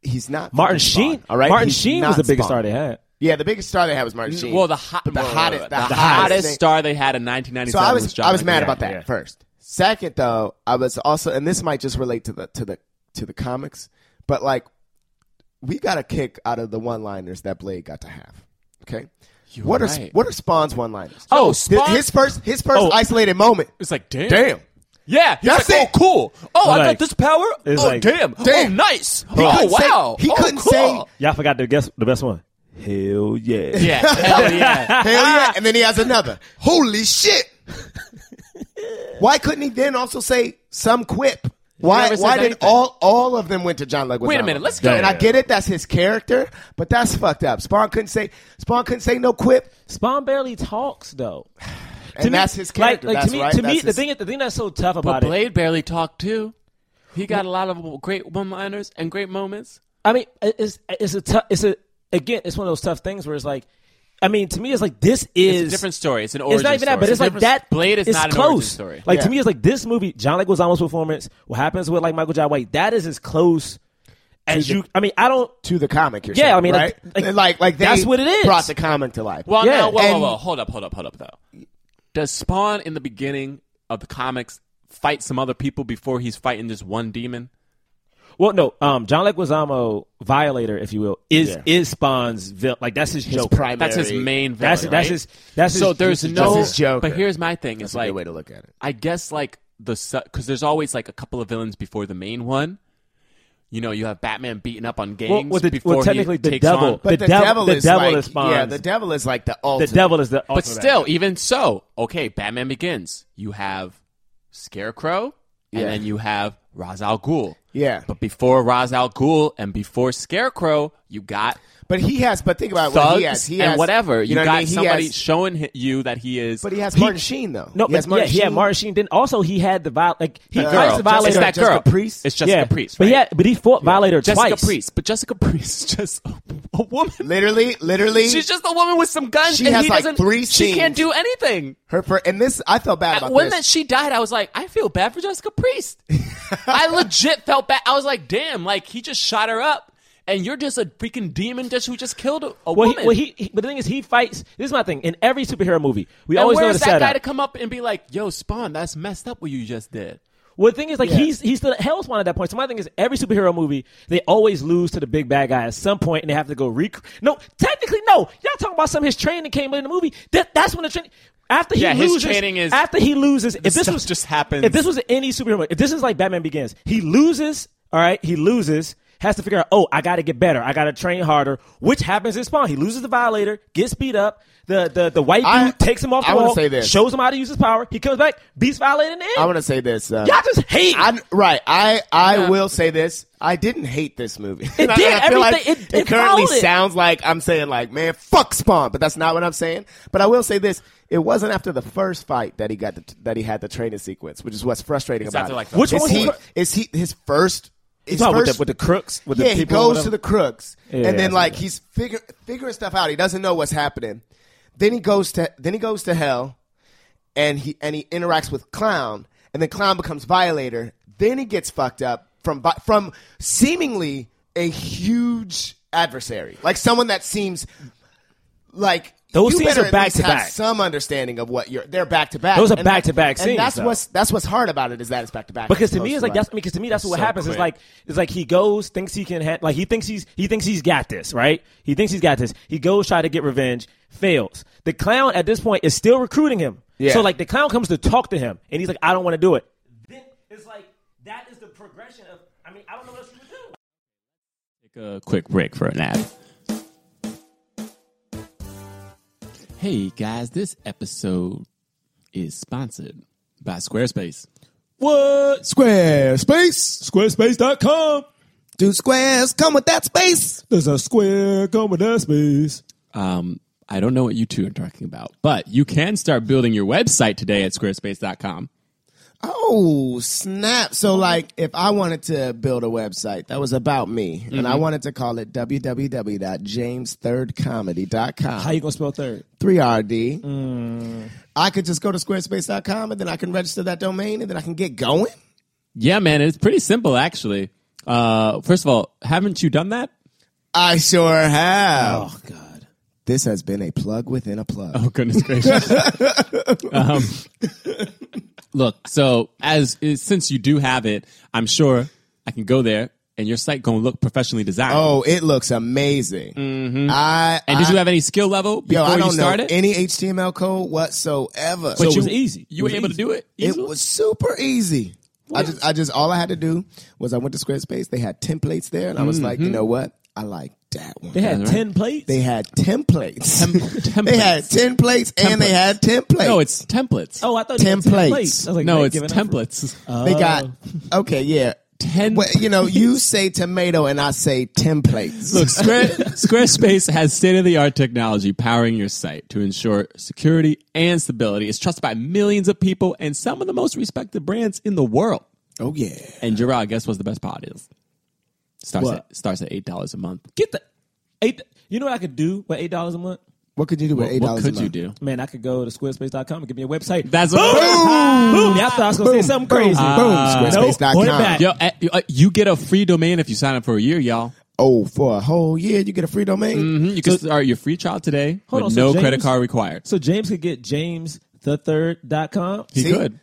he's not Martin fucking Spawn, Sheen. All right, Martin He's Sheen not was the biggest Spawn. star they had. Yeah, the biggest star they had was Martin Sheen. Well, the hot, the hottest, the, the, hottest, hottest thing. star they had in 1997 So I was, John. I was mad Leguizamo. about that yeah. first. Second, though, I was also, and this might just relate to the to the to the comics, but like we got a kick out of the one liners that Blade got to have. Okay, what are right. what are Spawn's one liners? Oh, his, Spawn- first his first Oh. isolated moment. It's like damn, Damn. yeah. He's That's like, it. Oh, cool. Oh, I got Like- this power. It's oh, like- damn. Damn. Oh, nice. He oh, couldn't say- wow. he Oh, couldn't cool. say- Y'all forgot to guess the best one. Hell yeah. Yeah, hell yeah. Hell Ah. yeah. And then he has another. Holy shit. why couldn't he then also say some quip? Why never says why did anything. all all of them went to John Leguizamo? Wait a minute, let's go. And I get it, that's his character, but that's fucked up. Spawn couldn't say Spawn couldn't say no quip, Spawn barely talks though. and that's his character. Like, like that's to me, right. to that's me, the his- thing, the thing that's so tough about But it. Blade barely talked too. He got a lot of great one-liners and great moments. I mean, it- it's it's a tough. It's a again. It's one of those tough things where it's like, I mean, to me, it's like this is It's a different story. It's an origin. It's not even story. that, but it's, a like different- that. Blade is it's not close. an origin story. Like Yeah. to me, it's like this movie, John Leguizamo's performance. What happens with like Michael J. White? That is as close as the- you. I mean, I don't. to the comic, you're Yeah, saying, I mean, right? like- Like, like, they that's what it is. Brought the comic to life. Well, Yeah. now, whoa, whoa, And- whoa. Hold up, hold up, hold up, though. Does Spawn in the beginning of the comics fight some other people before he's fighting this one demon? Well, no. Um, John Leguizamo, Violator, if you will, is Yeah. is Spawn's vil- like that's his, joke. primary- That's his main villain. That's that's right? his. That's his, So there's his no. That's his Joker. But here's my thing. that's It's a like good way to look at it. I guess like the because there's always like a couple of villains before the main one. You know, you have Batman beating up on gangs Well, well, the- well, before technically he the takes devil- on. But The the, devil- devil, the is devil like, is Spawn's- yeah, the devil is like the The ultimate. devil is the. But still, even so, okay, Batman Begins. You have Scarecrow, Yeah. and then you have Ra's al Ghul. Yeah. But before Ra's al Ghul and before Scarecrow, you got But he has. But think about what thugs Uh, he has. He and has, whatever. You, know what got I mean? He somebody has- showing hi- you that he is. but he has He- Martin Sheen though. no. he But has yeah, he had Martin Sheen. Then also he had the viol- like he that fights girl. the violator. It's that Jessica girl. Priest? It's Oh, Jessica Priest. but right? yeah, but he fought Violator Jessica twice. Priest. But Jessica Priest is just a, a woman. Literally, literally, She's just a woman with some guns. She and has, he like, doesn't- three She scenes. can't do anything. her. fir- and this, I felt bad about when this. that she died, I was like, I feel bad for Jessica Priest. I legit felt bad. I was like, damn, like he just shot her up, and you're just a freaking demon just who just killed a, a Well, he, woman. well he, he- but the thing is, he fights. This is my thing. In every superhero movie, we and always know where's the that guy setup. to come up and be like, yo, Spawn, that's messed up what you just did. well, the thing is, like he's he's the hell spawn at that point. So my thing is, every superhero movie, they always lose to the big bad guy at some point, and they have to go rec. No, technically, no. Y'all talking about some of his training that came in the movie. That that's when the training. After he Yeah, his loses, training is- after he loses. If this stuff was just happens. if this was any superhero, if this is like Batman Begins, he loses. All right, he loses. Has to figure out. Oh, I got to get better. I got to train harder. Which happens in Spawn. He loses the Violator, gets beat up. The the, the white dude I- takes him off the I wanna wall, say this. shows him how to use his power. He comes back, beats Violator in the end. I want to say this. Uh, Y'all just hate. I, right. I I will say this. I didn't hate this movie. It did I, feel like everything- it- it currently followed it. sounds like I'm saying like, man, fuck Spawn, but that's not what I'm saying. But I will say this. It wasn't after the first fight that he got the, that he had the training sequence, which is what's frustrating about after, it. like, the Which is one was he? the Is he his first? His talking with first- the- with the crooks? With the yeah, he people or goes whatever? to the crooks, yeah, and then I like he's figure, figuring stuff out. He doesn't know what's happening. Then he goes to then he goes to hell, and he and he interacts with clown, and then clown becomes violator. Then he gets fucked up from Vi- from seemingly a huge adversary, like someone that seems like. Those you scenes better are at back least to have back. Some understanding of what you're. They're back to back. Those are And back to that- back scenes, And that's though. what's that's what's hard about it is that it's back to back. Because to me, it's like that's because to me that's what happens. It's like it's like he goes, thinks he can, ha- like he thinks he's he thinks he's got this, right? He thinks he's got this. He goes try to get revenge, fails. The clown at this point is still recruiting him. Yeah. So like the clown comes to talk to him, and he's like, I don't want to do it. Then it's like that is the progression of. I mean, I don't know what else you do. Take a quick break for an ad. Hey guys, this episode is sponsored by Squarespace. What? Squarespace. Squarespace.com. Do squares come with that space? There's a square come with that space. Um, I don't know what you two are talking about, but you can start building your website today at squarespace.com. Oh snap! So like, if I wanted to build a website that was about me, and Mm-hmm. I wanted to call it How www.jamesthirdcomedy.com, you gonna spell third? three RD, Mm. I could just go to squarespace.com and then I can register that domain and then I can get going. Yeah, man, it's pretty simple actually. Uh, first of all, haven't you done that? I sure have. Oh God. This has been a plug within a plug. Oh goodness gracious! um, look, so as is, since you do have it, I'm sure I can go there, and your site gonna look professionally designed. Oh, it looks amazing. I Mm-hmm. and did I- you have any skill level yo, before I you don't know started? any HTML code whatsoever. But So it you- was easy. You were able to do it. It easily? was super easy. I just, I just, all I had to do was I went to Squarespace. They had templates there, and I was Mm-hmm. like, you know what? I like that one. They had That's right. ten plates. They had templates. Tem- they had templates, and they had templates. no, it's templates. oh, I thought you had 10 templates. plates. I was like, no, they it's giving up for- templates. Uh, they got Oh. okay, yeah. Ten. Well, you know, you say tomato, and I say templates. Look, Square, Squarespace has state-of-the-art technology powering your site to ensure security and stability. It's trusted by millions of people and some of the most respected brands in the world. oh yeah, And Gerard, guess what's the best part is? Starts What? at starts at eight dollars a month. Get the eight. You know what I could do with eight dollars a month? what could you do with eight What, dollars? could you do? Man, I could go to squarespace.com and give me a website. That's boom, what- boom. Yeah, I thought I was gonna say something crazy. Uh, Boom, nope, Squarespace.com. point it back. Yo, eh, you- eh, you get a free domain if you sign up for a year, y'all. Oh, for a whole year, Hmm, you get a free domain. You can start your free trial today Hold with on, so no James- credit card required. So James could get James the third.com. He See? could,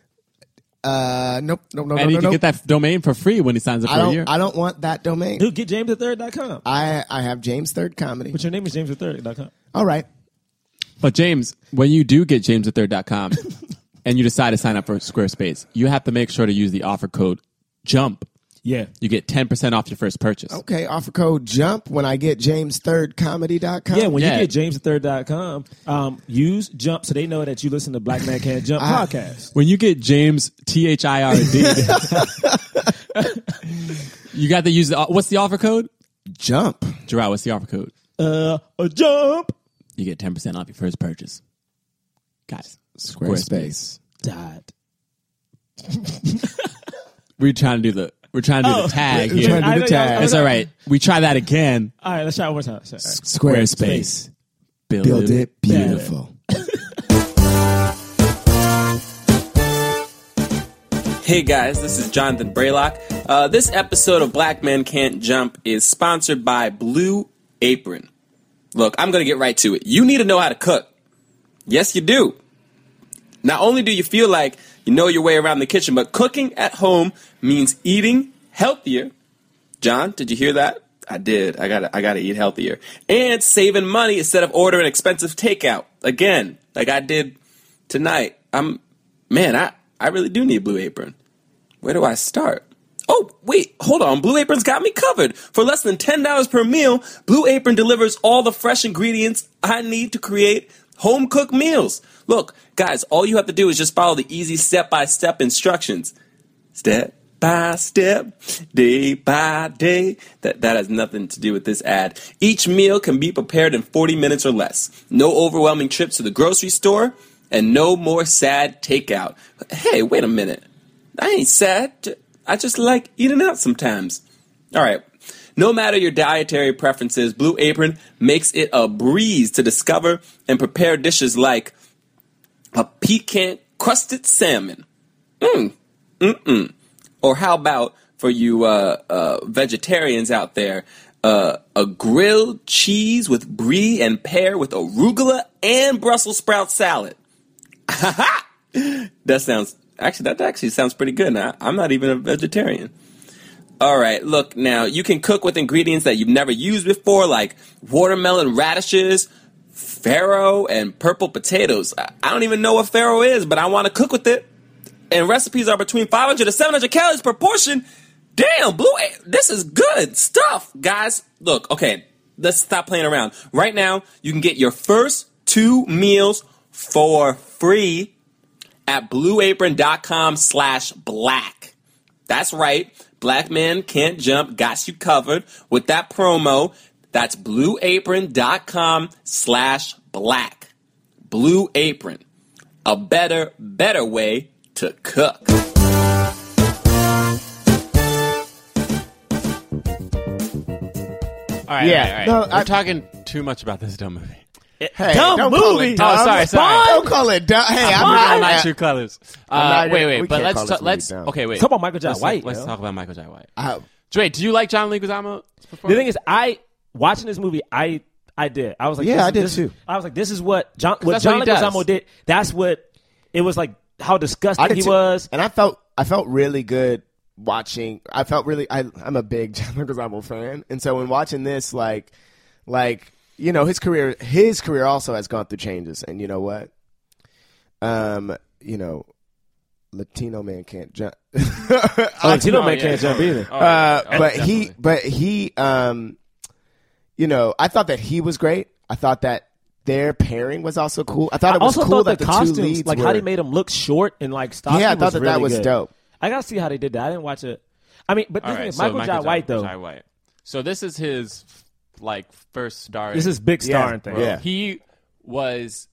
Uh, nope, nope, no, and no, he no, can no. get that domain for free when he signs up I for a year. don't, I don't want that domain. Dude, get James the third.com. I, I have James Third Comedy. But your name is James the third.com. All right. But James, when you do get jamesthird.com and you decide to sign up for Squarespace, you have to make sure to use the offer code JUMP. Yeah. You get ten percent off your first purchase. Okay, offer code jump when I get jamesthirdcomedy.com. Yeah, when Yeah. you get James the third.com, um, use jump so they know that you listen to Black Man Can't Jump Ah. podcast. When you get James T H I R D, you got to use the what's the offer code? jump. Gerard, what's the offer code? Uh, a jump. You get ten percent off your first purchase. Guys, Squarespace. Dot. We're trying to do the we're trying to do the tag we're here. trying to do the I know y'all- tag. I It's know- all right. We try that again. All right, let's try it one more time. Sorry, all right. Squarespace. Build, Build it beautiful. Hey guys, this is Jonathan Braylock. Uh, this episode of Black Men Can't Jump is sponsored by Blue Apron. Look, I'm going to get right to it. You need to know how to cook. Yes, you do. Not only do you feel like you know your way around the kitchen, but cooking at home means eating healthier. John, did you hear that? I did. I gotta I gotta eat healthier. And saving money instead of ordering expensive takeout. Again, like I did tonight. I'm man, I I really do need Blue Apron. Where do I start? Oh, wait, hold on. Blue Apron's got me covered. For less than $10 per meal, Blue Apron delivers all the fresh ingredients I need to create home cooked meals. Look, guys, all you have to do is just follow the easy step by step instructions. Step by step, day by day. That, that has nothing to do with this ad. Each meal can be prepared in 40 minutes or less. No overwhelming trips to the grocery store, and no more sad takeout. Hey, wait a minute. I ain't sad. J- I just like eating out sometimes. All right. No matter your dietary preferences, Blue Apron makes it a breeze to discover and prepare dishes like a pecan crusted salmon. Mmm. Mm-mm. Or how about for you uh, uh, vegetarians out there, uh, a grilled cheese with brie and pear with arugula and Brussels sprout salad. that sounds actually that actually sounds pretty good. Now I'm not even a vegetarian. All right, look now you can cook with ingredients that you've never used before, like watermelon radishes, farro, and purple potatoes. I I don't even know what farro is, but I want to cook with it and recipes are between 500 to 700 calories per portion. Damn, Blue, A- this is good stuff, guys. Look, okay, let's stop playing around. Right now, you can get your first two meals for free at blueapron.com slash black. That's right. Black man can't jump. Got you covered with that promo. That's blueapron.com slash black. Blue Apron a better, better way to cook. All right, Yeah, all right, all no, right. We're I- talking too much about this dumb movie. Hey, Dumb don't call movie. it dumb. Oh, sorry, sorry. Don't call it dumb. Hey, I'm, I'm not. not true colors. Uh, not wait, gonna- wait, we but can't let's call ta- this movie let's dumb. okay, wait. Talk about Michael J. Let's- White, Let's yo. talk about Michael J. White. I- Dre, do you like John Leguizamo? The thing is, I watching this movie, I I did. I was like, Yeah, this I is- did this- too. I was like, this is what John what that's what John he does. Leguizamo did. That's what it was like. How disgusting I did he too. was. and I felt I felt really good watching. I felt really. I, I'm a big John Leguizamo fan, and so when watching this, like, like you know, his career, his career also has gone through changes, and you know what? Um, you know, Latino man can't jump. Latino Oh, man yeah, can't jump totally. either. Oh, Uh, yeah, oh, but he, definitely. but he, um, you know, I thought that he was great. I thought that their pairing was also cool. I thought I it was also cool thought that the, the costumes, two leads like were. how they made him look short and like stocky. yeah, I thought was that really that was good. dope. I gotta see how they did that. I didn't watch it. I mean, but this All thing right, is so Michael J. J. White though. Jai White. So this is his like first star. This is big Yeah. starring thing. Yeah. He was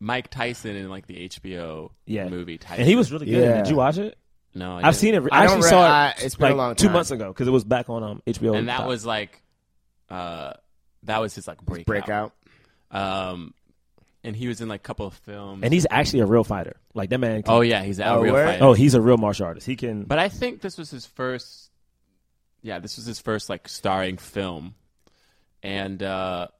Mike Tyson in like the HBO Yeah. movie Tyson. And he was really good. in it. Yeah. Did you watch it? no, I I've didn't. seen it. I, I don't actually re- saw I- it. it's been a like, long two time. months ago because it was back on um, HBO. and that was like uh that was his like breakout. Breakout. Um and he was in like a couple of films. and he's actually a real fighter. Like that man. Can, oh yeah, he's out Oh, real word? fighter. oh, he's a real martial artist. He can. But I think this was his first. Yeah, this was his first like starring film, and uh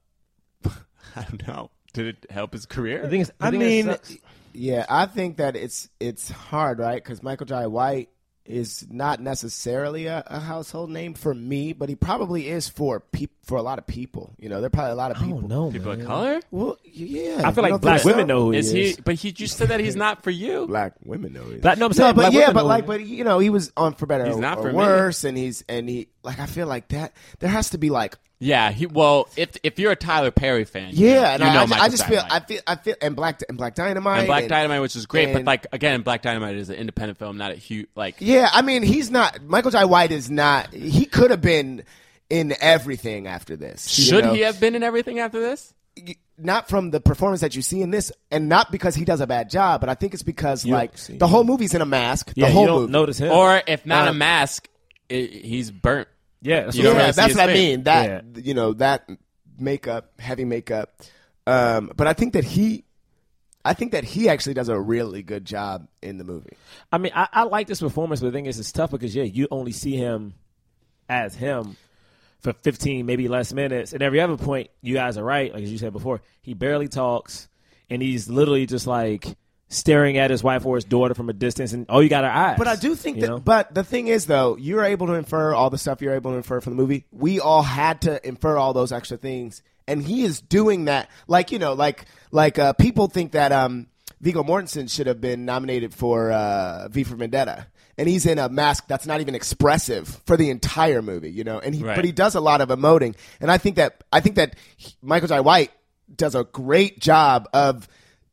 I don't know. Did it help his career? the thing is, the I thing is, mean, sucks. yeah, I think that it's it's hard, right? Because Michael Jai White is not necessarily a, a household name for me, but he probably is for peop- for a lot of people. You know, there are probably a lot of I people. don't know. People man. of color? Well, yeah, I feel you like don't black think so? women know who he Is is. he? But he just said that he's not for you. Black women know. it. Black, no, I'm No, saying, but black yeah, women but know like, who- but you know, he was on for better He's or, not or for me. worse, and he's and he like I feel like that there has to be like Yeah. He well, if if you're a Tyler Perry fan, you know- yeah, and you I, know I, just, I Michael just Jai feel White. I feel I feel and black and black dynamite and Black Dynamite, which is great, but and- like again, Black Dynamite is an independent film, not a huge like. Yeah, I mean, he's not Michael Jai White is not. He could have been in everything after this. you Should know? he have been in everything after this? Not from the performance that you see in this, and not because he does a bad job, but I think it's because You like don't see the whole movie's in a mask. yeah, the whole you don't movie. notice him. Or if not a Um, mask, it, he's burnt. yeah, that's you don't what I'm yeah, really see that's his what I face. mean. That you know that makeup, heavy makeup. Um, but I think that he, I think that he actually does a really good job in the movie. I mean, I, I like this performance, but the thing is, it's tough because yeah, you only see him as him for 15, maybe less minutes, and every other point, you guys are right. Like as you said before, he barely talks, and he's literally just like staring at his wife or his daughter from a distance, and oh, you got her eyes. But I do think you that. know? But the thing is, though, you're able to infer all the stuff you're able to infer from the movie. We all had to infer all those extra things, and he is doing that. Like you know, like like uh, people think that um Viggo Mortensen should have been nominated for uh, V for Vendetta, and he's in a mask that's not even expressive for the entire movie, you know. And he, Right. but he does a lot of emoting, and I think that I think that he- Michael J. White does a great job of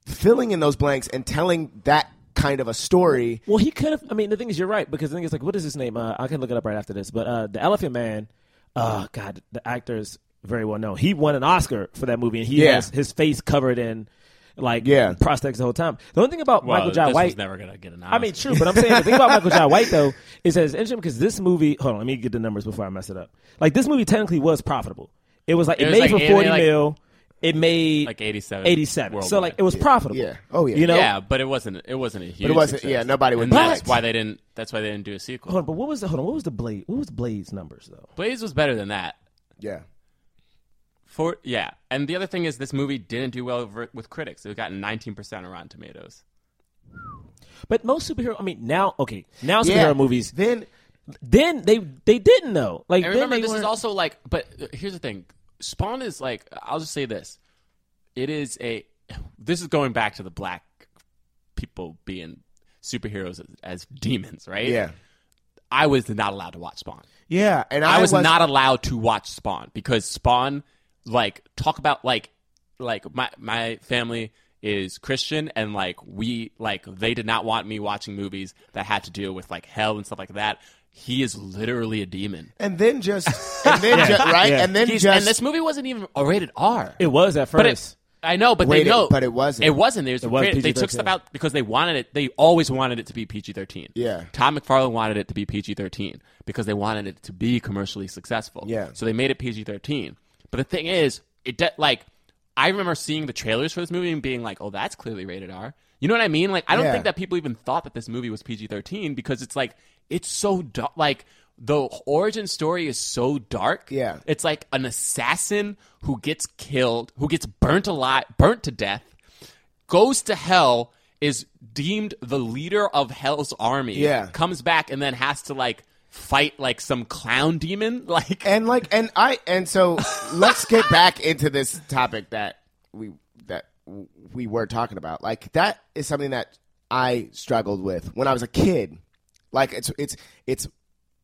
filling in those blanks and telling that kind of a story. Well, he could have. I mean, the thing is, you're right because the thing is, like, what is his name? Uh, I can look it up right after this. But uh, the Elephant Man, uh, God, the actor is very well known. He won an Oscar for that movie, and he Yeah. has his face covered in like Yeah. prosthetics the whole time. The only thing about Well, Michael J. this White, was never gonna get an Oscar. I mean, true, but I'm saying the thing about Michael J. White though is that it's interesting because this movie. Hold on, let me get the numbers before I mess it up. Like this movie technically was profitable. It was like it, was made like- for it made forty like- mil. It made Like 87 87. So like worldwide. it was profitable. Yeah. Oh, yeah. You know. yeah, but it wasn't. It wasn't a huge. wasn't- success. yeah, nobody would And do that's that. why they didn't. That's why they didn't do a sequel. Hold on, but what was the hold on? What was the blade? What was Blade's numbers though? Blaze was better than that. Yeah. For yeah, and the other thing is this movie didn't do well over, with critics. It got 19 percent on Rotten Tomatoes. But most superhero, I mean, now okay, now superhero Yeah. movies. Then Then they they didn't know. Like And then remember, they this is weren't- also like. But uh, here's the thing: Spawn is like. I'll just say this: it is a. This is going back to the black people being superheroes as, as demons, right? yeah. I was not allowed to watch Spawn. Yeah, and I, I was, not allowed to watch Spawn because Spawn, like, talk about like, like my my family is Christian and like we like they did not want me watching movies that had to deal with like hell and stuff like that. He is literally a demon. and then just and then ju- right and then He's- just and this movie wasn't even a rated R. It was at but first. it, I know, but Rated, they know, but it wasn't. It wasn't. They, was they took PG-13. stuff out because they wanted it. They always wanted it to be PG thirteen. Yeah. Tom McFarlane wanted it to be PG thirteen because they wanted it to be commercially successful. Yeah. So they made it PG thirteen. But the thing is, it de- like I remember seeing the trailers for this movie and being like, "Oh, that's clearly rated R." You know what I mean? Like I don't Yeah. think that people even thought that this movie was PG thirteen because it's like it's so du- like the origin story is so dark. Yeah. It's like an assassin who gets killed, who gets burnt alive, burnt to death, goes to hell, is deemed the leader of hell's army. Yeah. Comes back and then has to like fight like some clown demon. Like and like and I and so let's get back into this topic that we that we were talking about. Like that is something that I struggled with when I was a kid. Like it's it's it's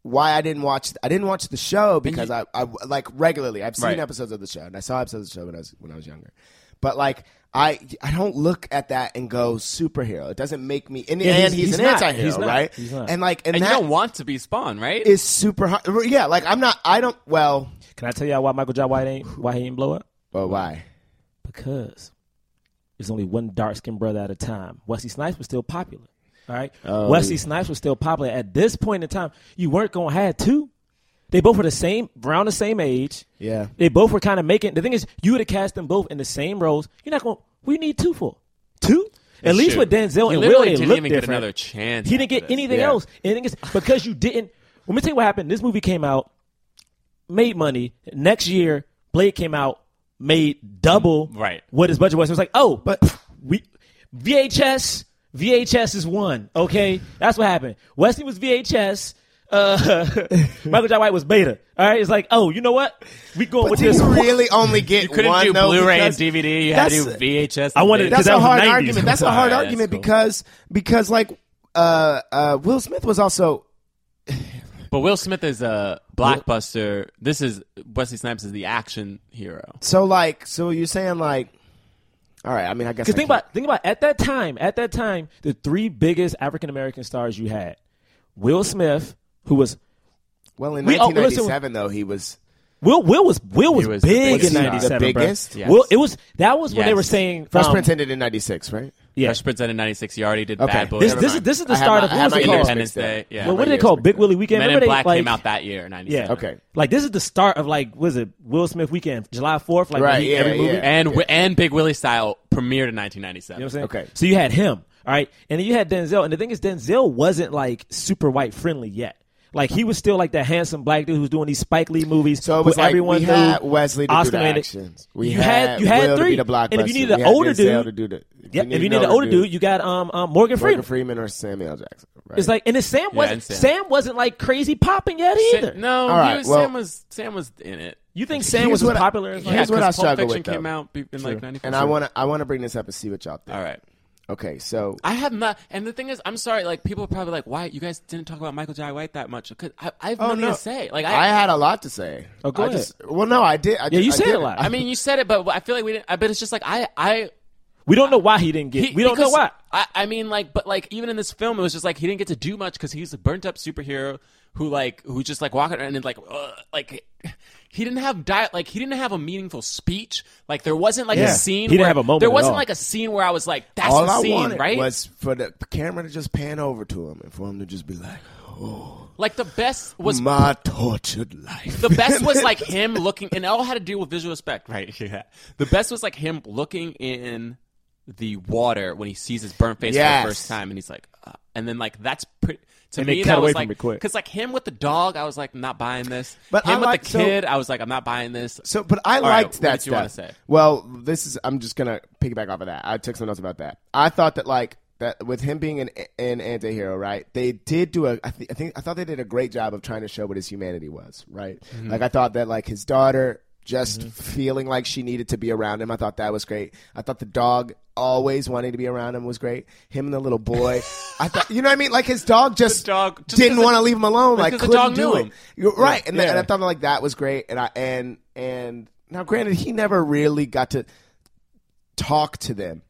why I didn't watch I didn't watch the show because I, I like regularly I've seen Right. episodes of the show and I saw episodes of the show when I was when I was younger. But like I I don't look at that and go superhero. It doesn't make me and, and he's- he's, he's an not. anti-hero, He's not. right? He's not. And like and, and that you don't want to be Spawn, right? is super hard. Yeah, like I'm not I don't well Can I tell y'all why Michael J. White ain't why he didn't blow up? Well, why? Because there's only one dark skinned brother at a time. Wesley Snipes was still popular. All right, Oh, Wesley Snipes was still popular at this point in time. You weren't gonna have two. They both were the same, around the same age. Yeah. They both were kind of making. The thing is, you would have cast them both in the same roles. You're not going. We need two for two. At least Shoot. with Denzel He and Will, literally they didn't look even different. get another chance. He didn't after get this. anything Yeah. else. And the thing is, because you didn't. Let me tell you what happened. This movie came out, made money. Next year, Blade came out, made double Right. what his budget was. It was like, oh, But- we VHS. VHS is one. Okay, that's what happened. Wesley was VHS. Uh, Michael J. White was beta. All right, it's like, oh, you know what? We going But with do this. you one. really only get You couldn't one do though, Blu-ray and because DVD. You had to do that's- VHS. I wanted- and Because That's that a was hard 90s. argument. That's a Sorry, hard that's argument cool. because because like uh, uh, Will Smith was also Vita. But Will Smith is a blockbuster. This is Wesley Snipes is the action hero. so like so you're saying like all right. I mean, I guess I Because think can't- about think about at that time, at that time, the three biggest African American stars you had, Will Smith, who was well in we- oh, listen- 1997 though he was Will Will was Will was, was the big biggest in star. '97. The biggest? Yes. Will it was that was when they Yes. were saying Fresh um, Prince ended in '96, right? Yeah. Fresh Prince in '96. He already did Okay. Bad Boy. This, Never this is mind. this is the I have start my- of I what have was my it called? Independence Day. Yeah. Well, what my did they years call mixed Big up. Willie Weekend? Men Remember in they, Black like, came out that year, '97. Yeah. Okay. Like this is the start of like was it Will Smith Weekend, July Fourth? Like Right, he- yeah, every movie. yeah. and wi- and Big Willie style premiered in 1997. You know what I'm saying? Okay. So you had him, all right, and then you had Denzel, and the thing is, Denzel wasn't like super white friendly yet. Like he was still like that handsome black dude who's doing these Spike Lee movies. So it who was like we everyone knew, had Wesley to do the nominated. actions. We you had, you had Will three. to be the blockbuster. and if you needed We an had older Denzel dude, to do the, yeah, if you need an older dude, you got um, um Morgan Freeman. Morgan Freeman or Samuel Jackson. Right? It's like, and then Sam wasn't and Sam. Sam. wasn't like crazy popping yet Sa- either. All No, he right, was- well- Sam was Sam was in it. You think Sam Here's was as what I- popular? as like, here's what I Because Pulp struggle Fiction with, came though. out be- in like '94. and I want to I want to bring this up and see what y'all think. All right. Okay, so I have not. And the thing is, I'm sorry. Like people are probably like, why you guys didn't talk about Michael J. White that much? Because I, I have nothing no. to say. Like I, I, had a lot to say. Oh, go I ahead. just- well, no, I did. I Yeah, did- you I said did- a lot. I mean, you said it, but I feel like we didn't. But it's just like I, I. We don't know why he didn't get. He- we don't know because- why. I, I mean, like, but like, even in this film, it was just like he didn't get to do much because he's a burnt up superhero who, like, who just like walking around and like, uh, like, he didn't have diet, like, he didn't have a meaningful speech. Like, there wasn't like Yeah. a scene. He didn't where- have a moment There at wasn't all. like a scene where I was like, "That's all the I scene," wanted right? was for the camera to just pan over to him and for him to just be like, like, the best was my tortured life. The best was like him looking, and it all had to do with visual effect, right? Yeah. The best was like him looking in the water when he sees his burnt face Yes. for the first time, and he's like, uh, and then like that's pretty. To And they me, cut that away was from like it quick. because like him with the dog, I was like, I'm not buying this. But I him with like- the so- kid, I was like, I'm not buying this. So, but I right, liked what that did you wanna stuff. say? Well, this is. I'm just gonna piggyback off of that. I took some notes about that. I thought that like that with him being an an antihero, right? They did do a. I, th- I think I thought they did a great job of trying to show what his humanity was, right? Mm-hmm. Like I thought that like his daughter just feeling like she needed to be around him. I thought that was great. I thought the dog always wanting to be around him was great. Him and the little boy. I thought you know what I mean? Like his dog just, The dog- just didn't 'cause want to the- leave him alone. Like because the couldn't dog do knew it. him. You're right, and, th- and I Yeah. thought like that was great, and I and and now granted he never really got to talk to them,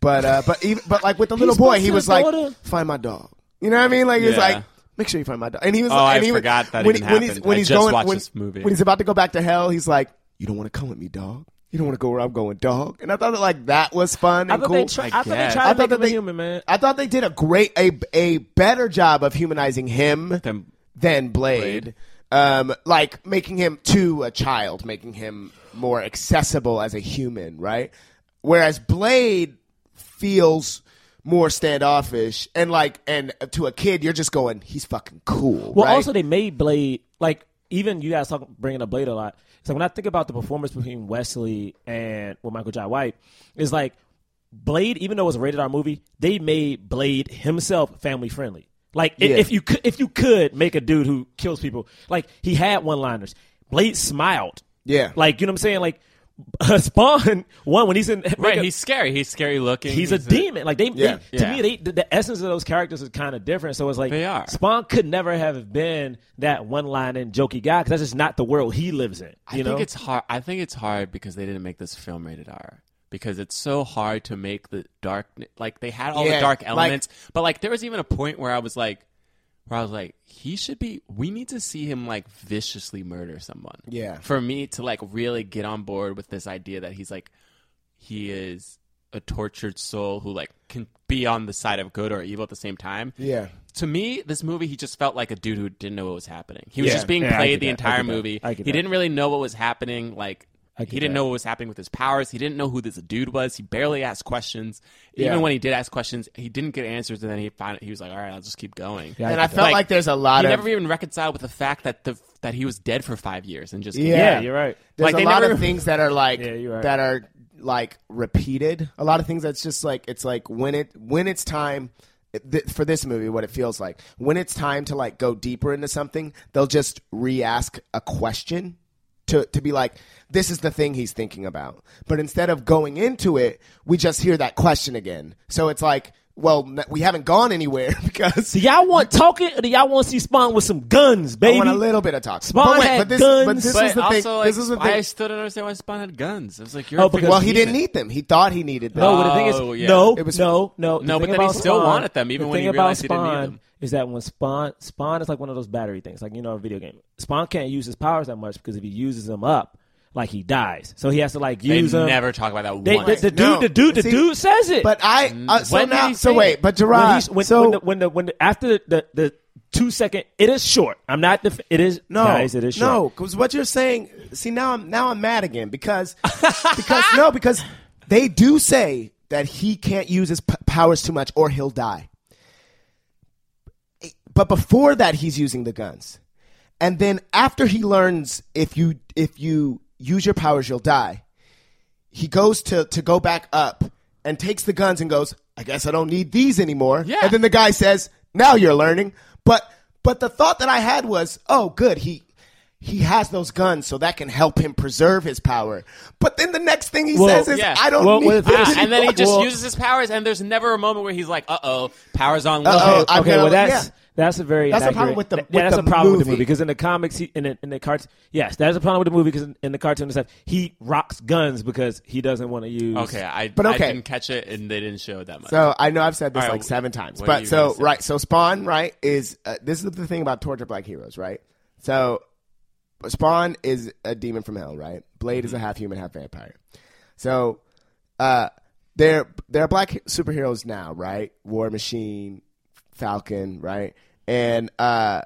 but uh, but even but like with the little spoke boy, he to was the like, daughter. "Find my dog," you know what I mean? Like he was Yeah. like. Make sure you find my dog. And he was. Oh, like, and I he was- forgot that when, even he- when he's happened. when I he's just going watched when, this movie. when he's about to go back to hell, he's like, "You don't want to come with me, dog. You don't want to go where I'm going, dog." And I thought that like that was fun and I thought cool. they. Try, I, thought they guess. tried I to thought make that him a they- human, man. I thought they did a great, a, a better job of humanizing him Than- than Blade. Um, like making him to a child, making him more accessible as a human, right? Whereas Blade feels more standoffish and like, and to a kid, you're just going, he's fucking cool. Well, right? also they made Blade like even you guys talk bringing up Blade a lot. So when I think about the performance between Wesley and well Michael J. White, it's like Blade. Even though it was a rated R movie, they made Blade himself family friendly. Like i- Yeah. if you could, if you could make a dude who kills people, like he had one liners. Blade smiled. Yeah. Like you know what I'm saying. Like Spawn one when he's in Right, makeup- he's scary. He's scary looking. he's, a, demon. Like they, Yeah. they- to Yeah. me, they the, the essence of those characters is kind of different. So it's like They are. Spawn could never have been that one line and jokey guy because that's just not the world he lives in. You I know, think it's hard. I think it's hard because they didn't make this film rated R. Because it's so hard to make the dark, like they had all Yeah, the dark like- elements, but like there was even a point where I was like, where I was like, he should be. We need to see him like viciously murder someone. Yeah. For me to like really get on board with this idea that he's like, he is a tortured soul who like can be on the side of good or evil at the same time yeah. to me, this movie, he just felt like a dude who didn't know what was happening. He was Yeah. just being Yeah, I get played that. the I entire get that. movie. I He get that. didn't really know what was happening. Like I he get didn't that. know what was happening with his powers. He didn't know who this dude was. He barely asked questions. Yeah. Even when he did ask questions, he didn't get answers. And then he found he was like, "All right, I'll just keep going." Yeah, And I felt like, there's a lot he of. never even reconciled with the fact that the that he was dead for five years and just Yeah. yeah, you're right. There's Like, they a lot never- of things that are like Yeah, you're right. that are like repeated. A lot of things that's just like it's like when it when it's time th- for this movie, what it feels like when it's time to like go deeper into something, they'll just re-ask a question to to be like, this is the thing he's thinking about. But instead of going into it, we just hear that question again. So it's like, well, n- we haven't gone anywhere because Do y'all want talking or do y'all want to see Spawn with some guns, I baby? want a little bit of talk. Spawn but wait, had but this, But guns. this But is the also, thing. like, this is the I thing. still don't understand why Spawn had guns. I was like, "You're Oh, a freaking because Well, he demon. didn't need them. He thought he needed them. No, but the thing is, Oh, yeah. no, It was- no, no, No, The but thing then he about still Spawn- wanted them, even the when thing he about realized he didn't need Spawn them. Is that when Spawn Spawn is like one of those battery things, like you know, a video game. Spawn can't use his powers that much because if he uses them up, like he dies. So he has to like They use them. never talk about that They, the, once. the dude, No. the dude, the See, dude says it. But I uh, so When did now he so say wait, it? but when, Gerard he's- when, so when the, when the when the, after the, the the two second, it is short. I'm not. Def- it is no guys. It is short. no because what you're saying see now I'm now I'm mad again because because no because they do say that he can't use his p- powers too much or he'll die. But before that, he's using the guns, and then after he learns if you if you use your powers, you'll die. He goes to to go back up and takes the guns and goes. I guess I don't need these anymore. Yeah. And then the guy says, "Now you're learning." But but the thought that I had was, "Oh, good. He he has those guns, so that can help him preserve his power. But then the next thing he says is, yeah. "I don't Well, need well, this." Ah, and then he just Well- uses his powers, and there's never a moment where he's like, "Uh oh, powers on low." Uh-oh. okay, I've okay, got well a- that's yeah. that's a very That's the problem inaccurate- with the- yeah, with that's the a problem with the movie. movie because in the comics he, in the, in the cards yes that's a problem with the movie because in, in the cartoon and stuff he rocks guns because he doesn't want to use Okay, I, But I okay. didn't catch it, and they didn't show it that much. So I know I've said this All right, like seven times, what are but you so gonna say? right, so Spawn right is uh, this is the thing about torture black heroes, right? So Spawn is a demon from hell, right? Blade is a Mm-hmm. half human, half vampire. So uh, there there are black superheroes now, right? War Machine, Falcon, right? And uh,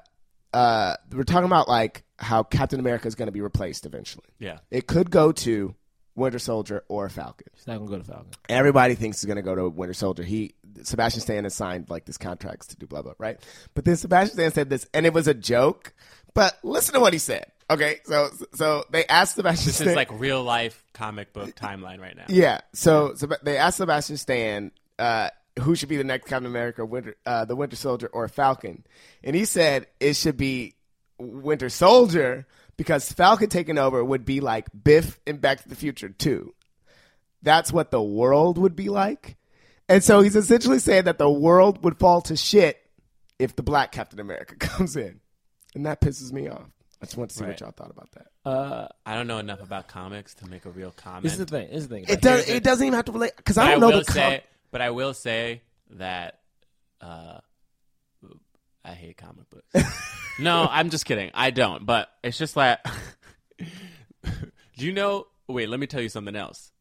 uh, we're talking about like how Captain America is going to be replaced eventually. yeah, It could go to Winter Soldier or Falcon he's not gonna go to Falcon everybody thinks he's going to go to Winter Soldier. He Sebastian Stan has signed like this contracts to do blah blah right. But then Sebastian Stan said this, and it was a joke. But listen to what he said. Okay, so so they asked Sebastian. this Stan, is like real life comic book timeline right now. yeah. So, so they asked Sebastian Stan uh, who should be the next Captain America, Winter, uh, the Winter Soldier or Falcon, and he said it should be Winter Soldier because Falcon taking over would be like Biff in Back to the Future too. That's what the world would be like, and so he's essentially saying that the world would fall to shit if the black Captain America comes in, and that pisses me off. I just want to see what Right. y'all thought about that. I don't know enough about comics to make a real comment. this is the thing this is the thing It does. It doesn't even have to relate because I But don't will know the com- say, but I will say that uh, I hate comic books. no, I'm just kidding. I don't. But it's just like, do you know? Wait, let me tell you something else.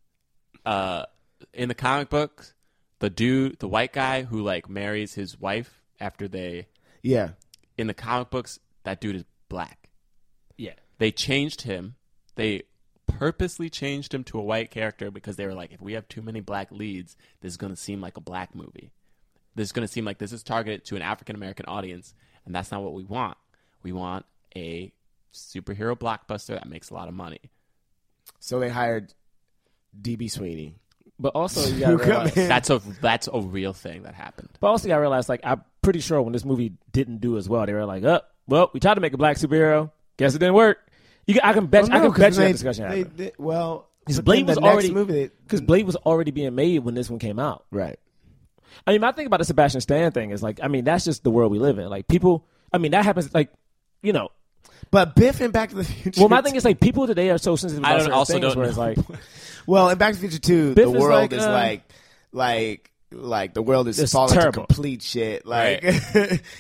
Uh, in the comic books, the dude, the white guy who like marries his wife after they Yeah. in the comic books, that dude is black. yeah They changed him. They purposely changed him to a white character because they were like, if we have too many black leads, this is going to seem like a black movie. This is going to seem like this is targeted to an African American audience, and that's not what we want. We want a superhero blockbuster that makes a lot of money. So they hired DB Sweeney. but also you gotta Who come realize, in- That's a that's a real thing that happened. But also, I realized like I'm pretty sure when this movie didn't do as well, they were like, "Oh, well, we tried to make a black superhero. Guess it didn't work." You, can- I can bet. I can bet you that discussion happened Oh, They, well, because but Oh, Blade then was the next already movie. because Blade was already being made when this one came out. right. I mean, my thing about the Sebastian Stan thing is like, I mean, that's just the world we live in. Like people, I mean, that happens. Like, you know, But Biff and Back to the Future. well, my thing is like people today are so sensitive. About I don't- certain also things don't where it's know. like well, in Back to the Future Two, Biff the is world like, is uh, like, like, like the world is It's falling terrible. to complete shit. Like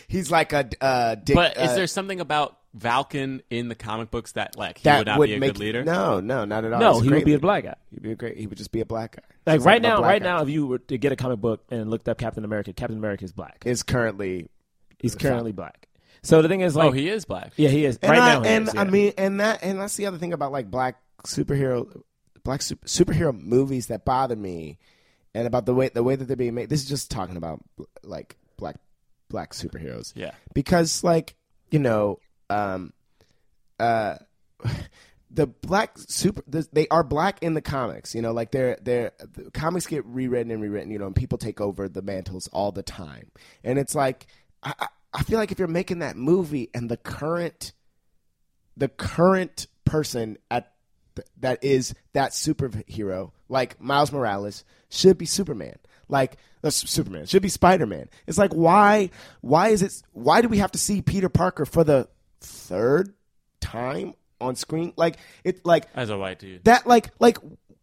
he's like a uh, dick. But is uh, there something about Valken in the comic books that like he that would not would be a make good leader? No, no, not at all. no, He's he would great be a leader. black guy. He'd be a great. He would just be a black guy. Like He's right a now, black right guy. now, if you were to get a comic book and looked up Captain America, Captain America is black. is currently He's currently black. So the thing is like, Oh, he is black. yeah, he is And right I, now. he and is, I yeah. mean, and that, and that's the other thing about like black superhero, black su- superhero movies that bother me, and about the way the way that they're being made. This is just talking about like black black superheroes, Yeah. because like you know, um, uh, the black super the, they are black in the comics you know like they're they're the comics get rewritten and rewritten you know and people take over the mantles all the time and it's like I, I- I feel like if you're making that movie and the current the current person at th- that is that superhero like Miles Morales should be Superman like uh, S- Superman should be Spider-Man it's like why why is it why do we have to see Peter Parker for the third time on screen like it like As a white dude. that like like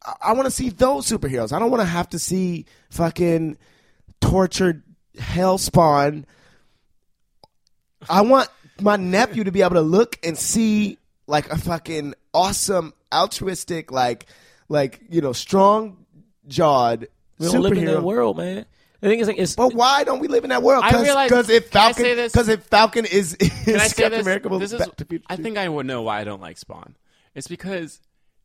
I- I want to see those superheroes. I don't want to have to see fucking tortured hell spawn. I want my nephew to be able to look and see like a fucking awesome altruistic like like you know strong jawed We don't live in that superhero. world, man. The thing is, like, it's But why don't we live in that world? I realize- Because if can I Falcon, say this? because if Falcon is, is Can I say Captain this? America, will This is, Back to Future I Two. think I would know why I don't like Spawn. It's because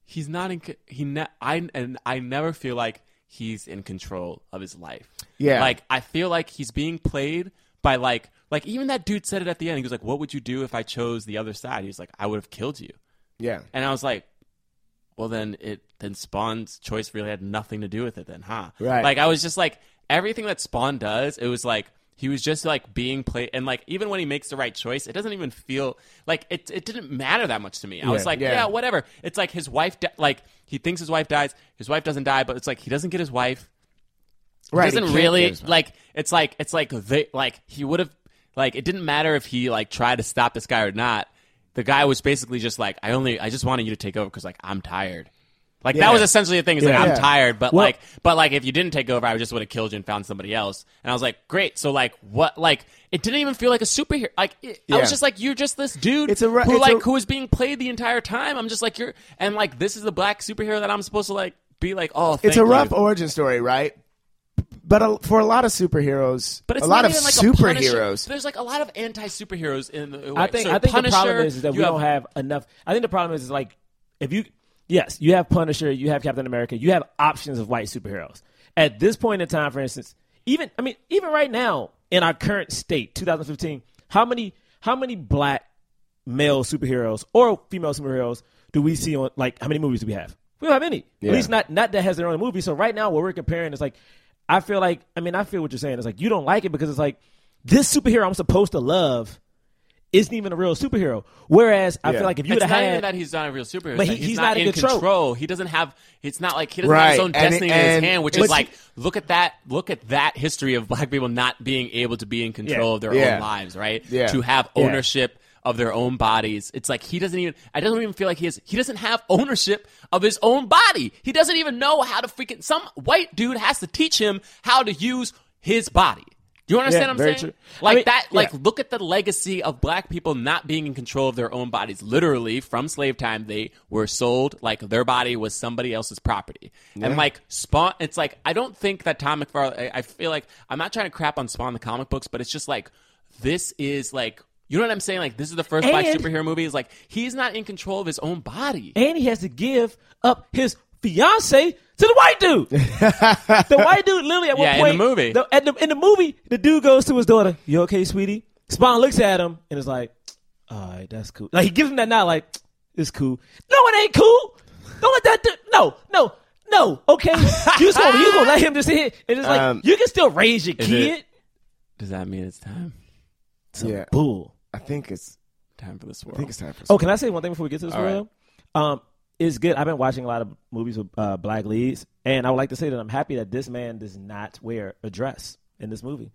he's not in. c- He ne- I and I never feel like he's in control of his life. Yeah. like I feel like he's being played by like like even that dude said it at the end. He was like, "What would you do if I chose the other side?" He was like, "I would have killed you." yeah. And I was like, well, then it then Spawn's choice really had nothing to do with it, then, huh? Right. Like I was just like everything that Spawn does, it was like He was just like being played, and like even when he makes the right choice, it doesn't even feel like it. It didn't matter that much to me. I was like, yeah. Yeah. whatever. It's like his wife, di- like he thinks his wife dies. His wife doesn't die, but it's like he doesn't get his wife. Right, He doesn't he can't really get his wife. like. It's like it's like they like he would have like it didn't matter if he like tried to stop this guy or not. The guy was basically just like, I only I just wanted you to take over because like I'm tired. Like that Yeah. was essentially the thing. Is like Yeah. I'm Yeah. tired, but Well- like but like if you didn't take over, I just would have killed you and found somebody else. And I was like, great. So like what? Like it didn't even feel like a superhero. Like it, I Yeah. was just like, you're just this dude It's a ru- who it's like a- who is being played the entire time. I'm just like you're and like this is the black superhero that I'm supposed to like be like. Oh, thank it's a rough you. origin story, right? But a, for a lot of superheroes, But it's a lot of not even like a Punisher. superheroes. There's like a lot of anti-superheroes in the. I think so I think the Punisher, problem is, is that you we don't have enough. I think the problem is, is like if you yes, you have Punisher, you have Captain America, you have options of white superheroes. At this point in time, for instance, even I mean, even right now in our current state, 2015, how many how many black male superheroes or female superheroes do we see on like how many movies do we have? We don't have any. At least not not that has their own movie. So right now what we're comparing is like I feel like I mean I feel what you're saying. It's like you don't like it because it's like this superhero I'm supposed to love isn't even a real superhero. Whereas I feel like if you would It's have not even had that he's not a real superhero. But he- It's that he's, he's not, not in in control. control. He doesn't have. It's not like he doesn't have his Right. own And it- destiny in and- his hand, which but is he- like look at that. Look at that history of black people not being able to be in control Yeah. of their Yeah. own lives, right? Yeah. To have ownership. Of their own bodies, it's like he doesn't even. I don't even feel like he is. He doesn't have ownership of his own body. He doesn't even know how to freaking. Some white dude has to teach him how to use his body. Do you understand Yeah, what I'm very true. saying? I Like mean, that. Like yeah. look at the legacy of black people not being in control of their own bodies. Literally, from slave time, they were sold like their body was somebody else's property. And like Spawn, it's like I don't think that Tom McFarlane. I, I feel like I'm not trying to crap on Spawn the comic books, but it's just like this is like you know what I'm saying. Like this is the first black And- superhero movie. Is like he's not in control of his own body. and he has to give up his fiance to the white dude. the white dude literally at one Yeah, in point the movie. the- at the, in the movie, the dude goes to his daughter. You okay, sweetie? Spawn looks at him and is like, "All right, that's cool." Like he gives him that nod, like it's cool. No, it ain't cool. Don't let that. Do- no, no, no. Okay, you just gonna, you gonna let him just sit here and just like Um, you can still raise your is kid. it- Does that mean it's time? Yeah, Bull. I think it's Time for this I think world. it's time for. Oh, can I say one thing before we get to this All right. world? Um, it's good. I've been watching a lot of movies with uh, black leads, and I would like to say that I'm happy that this man does not wear a dress in this movie.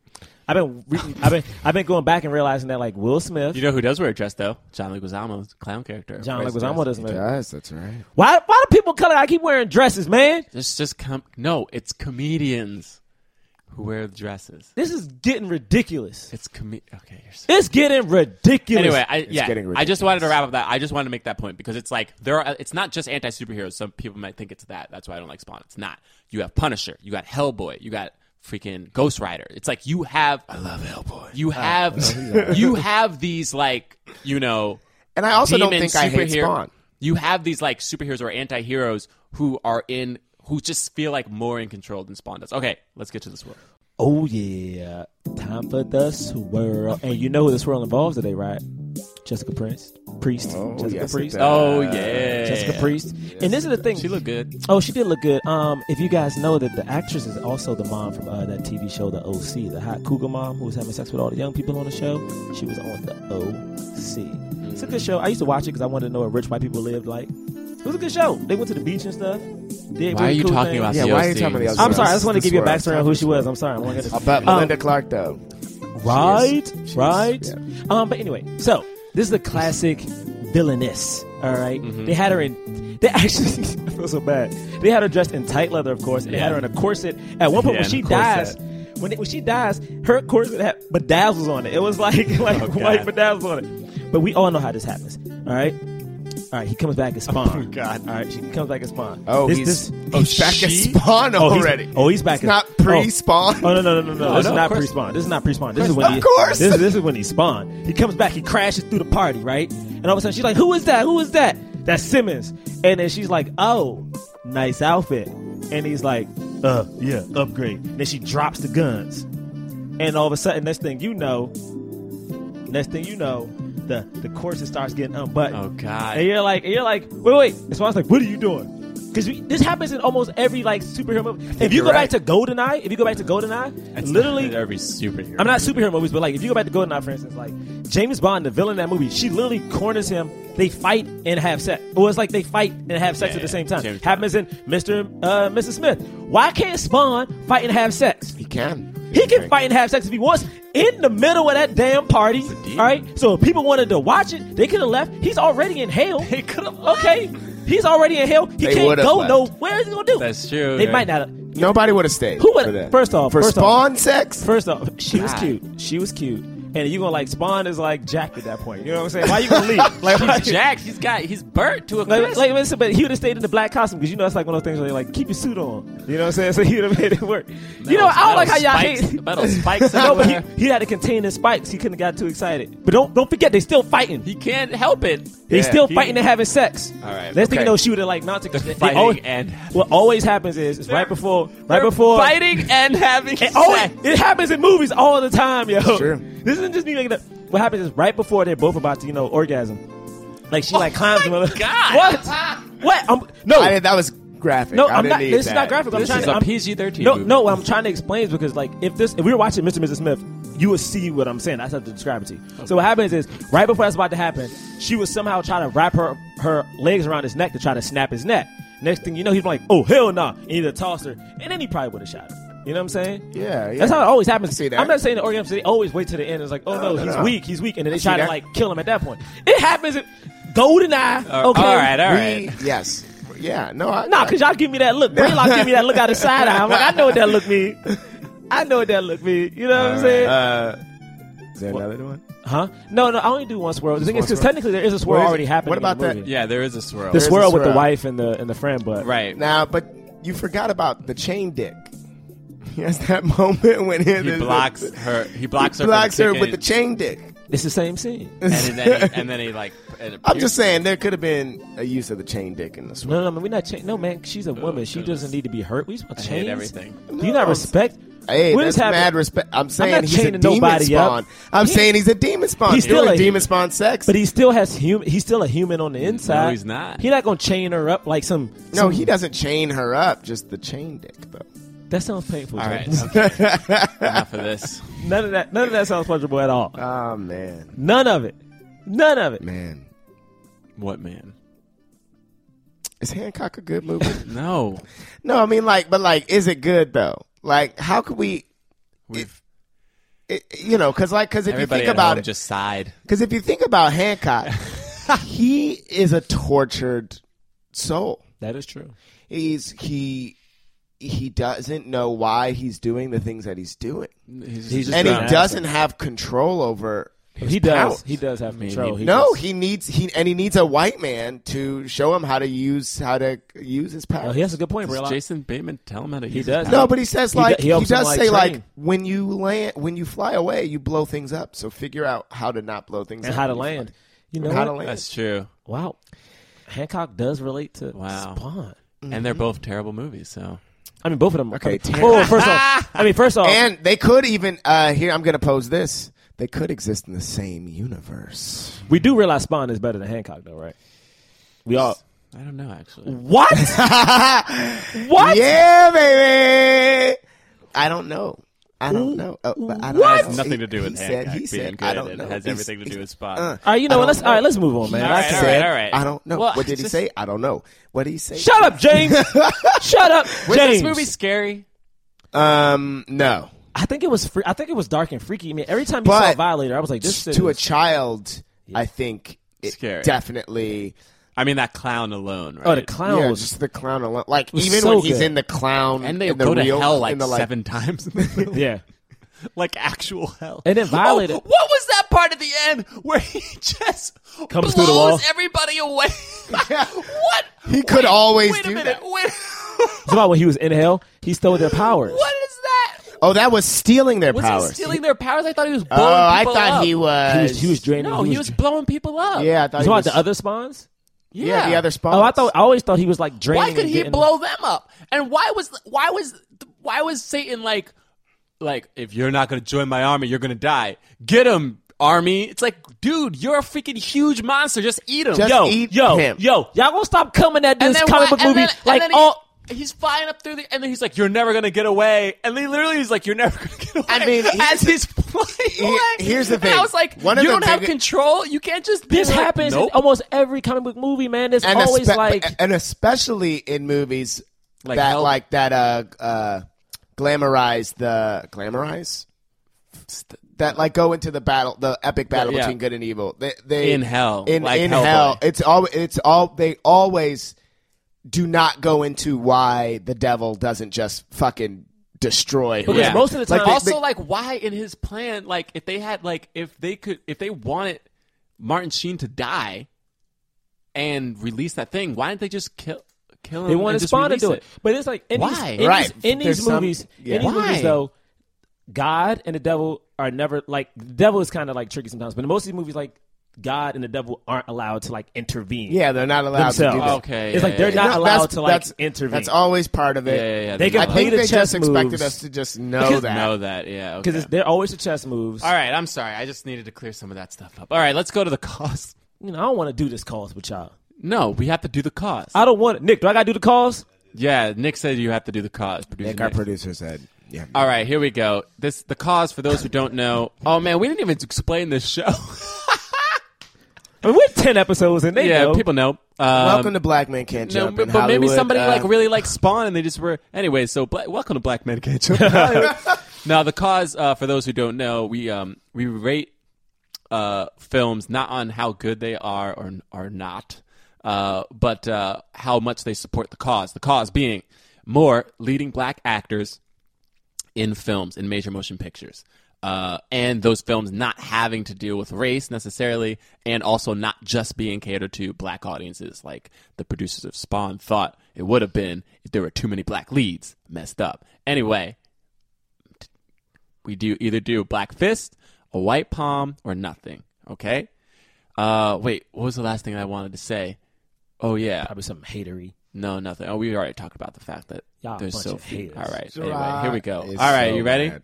I've been, re- I've been, I've been going back and realizing that like Will Smith, You know who does wear a dress though? John Leguizamo's clown character. John wears a Leguizamo dress. doesn't wear. Yes, that's right. Why, why do people of color? I keep wearing dresses, man. It's just com- no, it's comedians who wear dresses. This is getting ridiculous. It's com- okay. You're so- It's getting ridiculous. anyway, I getting yeah, I ridiculous. just wanted to wrap up that. I just wanted to make that point because it's like there are. It's not just anti superheroes. Some people might think it's that. That's why I don't like Spawn. It's not. You have Punisher. You got Hellboy. You got freaking Ghost Rider. It's like you have. I love Hellboy. Ah, You have you have these like you know And I also don't demon think I hate superhero- Spawn. You have these like superheroes or anti-heroes who are in who just feel like more in control than Spawn does. Okay, let's get to this world. oh yeah, time for the swirl, and you know who the swirl involves today, right? Jessica Prince, Priest, Jessica yes, it Priest, does. Oh yeah. Jessica Priest, and this is the thing. She looked good. Oh, she did look good. Um, if you guys know that the actress is also the mom from uh, that TV show, The OC, the hot cougar mom who was having sex with all the young people on the show. She was on The OC. It's a good show. I used to watch it because I wanted to know what rich white people lived like. It was a good show. They went to the beach and stuff. Did Why are really you cool talking things. about Yeah, the why are you OC? talking about the I'm This sorry. I just wanted to world. give you a This backstory on world. who she was. I'm sorry. I wanted to- But Um, Melinda Clark, though, Right, is- right. yeah. Um, but anyway, so this is a classic villainess. All right? Mm-hmm. they had her in. They actually, I feel so bad. They had her dressed in tight leather, of course, and they had her in a corset. At one point, Yeah, when she in a corset. dies, when it, when she dies, her corset had bedazzles on it. It was like like Oh, God. white bedazzles on it. But we all know how this happens. All right, all right. He comes back as Spawn. Oh God! All right, she comes back as Spawn. oh, This- he's, this- he's back at Spawn Oh, he's- already. oh, he's back It's in- not pre-Spawn. Oh no no no no no! this no, is of not course- pre-spawn. This is not pre-spawn. This is when Of he. course. This, this is when he spawned. He comes back. He crashes through the party, right? And all of a sudden she's like, "Who is that? Who is that?" That's Simmons. And then she's like, "Oh, nice outfit." And he's like, "Uh, yeah, upgrade." then she drops the guns, and all of a sudden, next thing you know, next thing you know, the the corset starts getting unbuttoned. Oh, God. And you're like, and you're like, wait, wait. And Spawn's like, "What are you doing?" because this happens in almost every like superhero movie. If you go back to GoldenEye, if you go back to GoldenEye, literally every superhero. I'm not superhero movies, but like if you go back to GoldenEye, for instance, like James Bond, the villain in that movie, she literally corners him. They fight and have sex. Well, it's like they fight and have sex Yeah, at the yeah, same time. James Bond. Happens in Mr. Uh, Mrs. Smith. Why can't Spawn fight and have sex? He can. He can fight and have sex if he wants in the middle of that damn party. All right. So if people wanted to watch it, they could have left. He's already in hell. They could have. Okay. He's already in hell. He They can't would've go left. no. Where is he gonna do? That's true, They yeah. might not. Nobody would have stayed. Who would- for that. first off, for first off. spawn sex? First off, she was cute. She was cute. And you gonna like Spawn is like Jack at that point. You know what I'm saying? Why you gonna leave? Like why- He's jacked. He's got. He's burnt to a Like, crisp. like listen, but he would have stayed in the black costume because you know it's like one of those things where you're like keep your suit on. You know what I'm saying? So he would have made it work. you know I don't like how y'all spikes, hate. metal spikes. No, but everywhere. he, he had to contain his spikes. He couldn't have got too excited. But don't don't forget, they still fighting. he can't help it. They still he- fighting and having sex. All right, Next thing you okay. know, she would have like mounted. they fighting always- and- what always happens is, is right before, right They're before oh, fighting and having It, sex. always, it happens in movies all the time, yo. true. This isn't just me making up. What happens is right before they're both about to, you know, orgasm. Like she like climbs him. up. Oh God. What? what? I'm, no, I didn't- that was graphic. no, I I'm didn't not. need This is that. not graphic. I'm This trying is to. a I'm- PG-13 No, movie. no. What I'm trying to explain is because like if this, if we were watching Mr. and Mrs. Smith, you would see what I'm saying. I just have to describe it to you. So what happens is right before that's about to happen, she would somehow try to wrap her her legs around his neck to try to snap his neck. Next thing you know, he's like, "Oh hell nah!" And he'd have tossed her, and then he probably would have shot her. You know what I'm saying? Yeah, yeah. That's how it always happens. see that. I'm not saying the orgasm. They always wait to the end. It's like, oh no, he's no. weak, he's weak, and then they see try to that. like kill him at that point. It happens. In, Golden Eye. okay. All right. All We- right. Yes. Yeah. No. I, Nah, cause y'all give me that look. Braylock give me that look out of side eye. I'm like, I know what that look mean. I know what that look mean. You know what I'm saying? Uh, is there another one? huh? No, no, I only do one swirl. The thing is, because technically there is a swirl What is it? already happening. What about in the that- movie. Yeah, there is a swirl. The is a swirl with the swirl. wife and the and the friend, but right. Now, but you forgot about the chain dick. Yes, that moment when he, he blocks her. He blocks He her. blocks her with the chain. chain dick. it's the same scene. And then, he, and then he like. and I'm appears- just saying there could have been a use of the chain dick in this one. No, no, man, we're not. Cha- no, man, she's a Oh, woman. She doesn't need to be hurt. We just want I chains. hate everything. Do you not No, respect? Hey, What that's is happening? mad respect. I'm saying not he's a chaining demon nobody up. spawn. I'm He- saying he's a demon spawn. He's He's still still a- a demon spawn sex. But he still has human. He's still a human on the inside. he's not. He's not gonna chain her up like some. no, some- he doesn't chain her up. Just the chain dick though. That sounds painful. All Jay. right. Okay. Enough of this. None of that. None of that sounds pleasurable at all. Oh man, None of it. None of it. man, What man? is Hancock a good movie? No. no, I mean like, but like, is it good though? Like, how could we? We've, It, you know, because like, because if everybody you at think about home it, just sighed. Because if you think about Hancock, he is a tortured soul. That is true. He's he he doesn't know why he's doing the things that he's doing, He's, He's just and an he doesn't have control over. His He does. power. He does have control. He no, just- he needs he and he needs a white man to show him how to use how to use his power. No, Oh, he has a good point, Does bro. Jason Bateman tell him how to use does. His no, but he says He do- like he he, helps him, does like, say like train. when you land when you fly away you blow things up. So figure out how to not blow things and up how to when you land. fly. You know And how to what? land. That's true. Wow. Hancock does relate to Wow. Spawn. And Mm-hmm. they're both terrible movies. So I mean, both of them. Okay, I mean, Terry- well, first off, I mean, first off, And they could even uh, here. I'm going to pose this. They could exist in the same universe. we do realize Spawn is better than Hancock, though, right? We all. I don't know actually. What? what? Yeah, baby. I don't know. I don't know. Uh, but I don't What? know. Has nothing to He- do with he Hancock said, he being said, good. I don't It know. has He- everything to he- do with Spot. uh, All right, you know I what? Let's don't all right. know. Let's move on, man. He All right, I all said- said, all right. I don't know. Well, what did he just- say? I don't know. What did he say? Shut up, James. Shut up, Was James. this movie scary? Um, no. I think it was. Free- I think it was dark and freaky. I mean, every time you But saw Violator, I was like, "This shit to a is- child, I think it Scary. definitely. I mean, that clown alone. Right? Oh, the clown Yeah, was just the clown alone. Like was even so when he's good. in the clown And they in the go real, to hell like, in the, like seven times, in the movie. yeah." like actual hell. And then violated. Oh, what was that part at the end where he just Comes blows through the wall. everybody away? what? He could always wait do a minute. that. Wait, It's about when he was in hell. He stole their powers. what is that? Oh, that was stealing their Was powers. he stealing their powers? I thought he was oh, blowing I people thought up. he was. He was, he was draining. No, Uh, he was blowing people up. Yeah, I thought You he talking was. about the other spawns? yeah. yeah. the other spawn. Oh, I thought I always thought he was like draining. Why could and he getting- blow them up? And why was why was why was Satan like like if you're not going to join my army, you're going to die. Get him, army. It's like, dude, you're a freaking huge monster. Just eat him. Just yo, eat yo, him. yo, y'all gonna stop coming at this why- comic book and movie then- and like then he- all. He's flying up through the, and then he's like, "You're never gonna get away." And he literally is like, "You're never gonna get away." I mean, as he's flying, away. here's the And thing. I was like, One of "You the don't have bigger- control. You can't just." This Like, happens nope. in almost every comic book movie, man. There's and always espe- like and especially in movies Like that Hell- like that uh uh glamorize the glamorize that like go into the battle the epic battle Yeah. between good and evil they, they In hell, in, like in Hellboy. hell it's all it's all they always do not go into why the devil doesn't just fucking destroy Because whoever. most of the Like, time- they- also they- like why in his plan like if they had like if they could if they wanted martin sheen to die and release that thing why didn't they just kill kill him they want wanted Spawn to do it. But it's like in Why? these, in Right. these, in these There's some- movies, yeah. in these Why? movies though, God and the devil are never like the devil is kind of like tricky sometimes, but in most of these movies, like God and the devil aren't allowed to like intervene. yeah they're not allowed to do themselves. that. Okay, it's yeah, like they're yeah, not No, allowed that's- to like that's- intervene. that's always part of it yeah, yeah, yeah. They they're can I not- play think the they chess just expected moves. us to just know that. know that yeah okay. because they're always the chess moves. all right i'm sorry i just needed to clear some of that stuff up all right let's go to the cause You know, I don't want to do this calls with y'all. no we have to do the cause I don't want Nick. Do I got to do the calls? Uh, yeah nick said you have to do the cause producer Nick, our Nick. producer said, "Yeah, all right here we go this the cause for those who don't know oh man we didn't even explain this show I mean, we're ten episodes in. They yeah know. people know um, welcome to Black Men Can't No, Jump." but, in but maybe Hollywood. somebody Uh, like really liked Spawn, and they just were. Anyway, so black, welcome to Black Men Can't Jump in Hollywood. now, the cause uh, for those who don't know, we um we rate uh films not on how good they are or are not, uh, but uh, how much they support the cause. The cause being more leading black actors in films in major motion pictures. Uh, and those films not having to deal with race necessarily, and also not just being catered to black audiences, like the producers of Spawn thought it would have been if there were too many black leads. Messed up. Anyway, t- we do either do Black Fist, a White Palm, or nothing. Okay. Uh, wait, what was the last thing I wanted to say? Oh yeah, Probably some hatery. no, nothing. Oh, we already talked about the fact that Y'all a there's bunch so of few. haters. All right, anyway, here we go. All is right, Uh, so you ready? bad.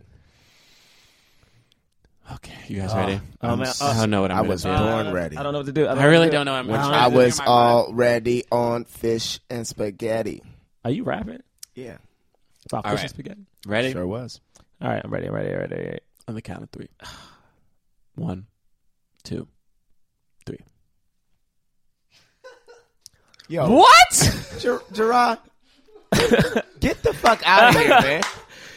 Okay, you guys ready? oh, man, I don't know what I'm Uh, I gonna was do. born I ready. don't know what to do. I really don't know. what I'm When gonna I do. was My mind. already on fish and spaghetti. Are you rapping? Yeah, About All fish right. and spaghetti? ready sure was. All right, I'm ready. I'm ready. I'm ready. I'm ready. on the count of three. One, two, three. Yo, What? Ger- Gerard? Get the fuck out of here, man!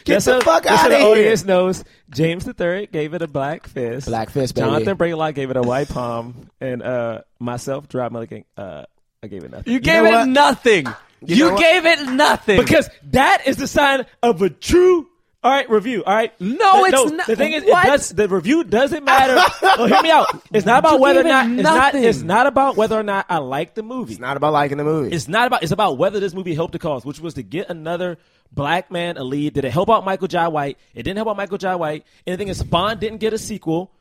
Get That's the how- fuck that's how out the of here. audience knows James III gave it a black fist. Black fist, baby. Jonathan Braylock gave it a white palm, and uh, myself, Gerard Mulligan, uh, I gave it nothing. You gave know it what? nothing. You, know what? gave it nothing. because that is the sign of a true. All right, review. All right, No, The- it's not- The thing is, it what? does, the review doesn't matter. no, hear me out. It's not about You whether or gave it not. It's not. nothing. It's not about whether or not I like the movie. It's not about liking the movie. It's not about. It's about whether this movie helped the cause, which was to get another black man a lead. Did it help out Michael Jai White? It didn't help out Michael Jai White. Anything is Bond didn't get a sequel.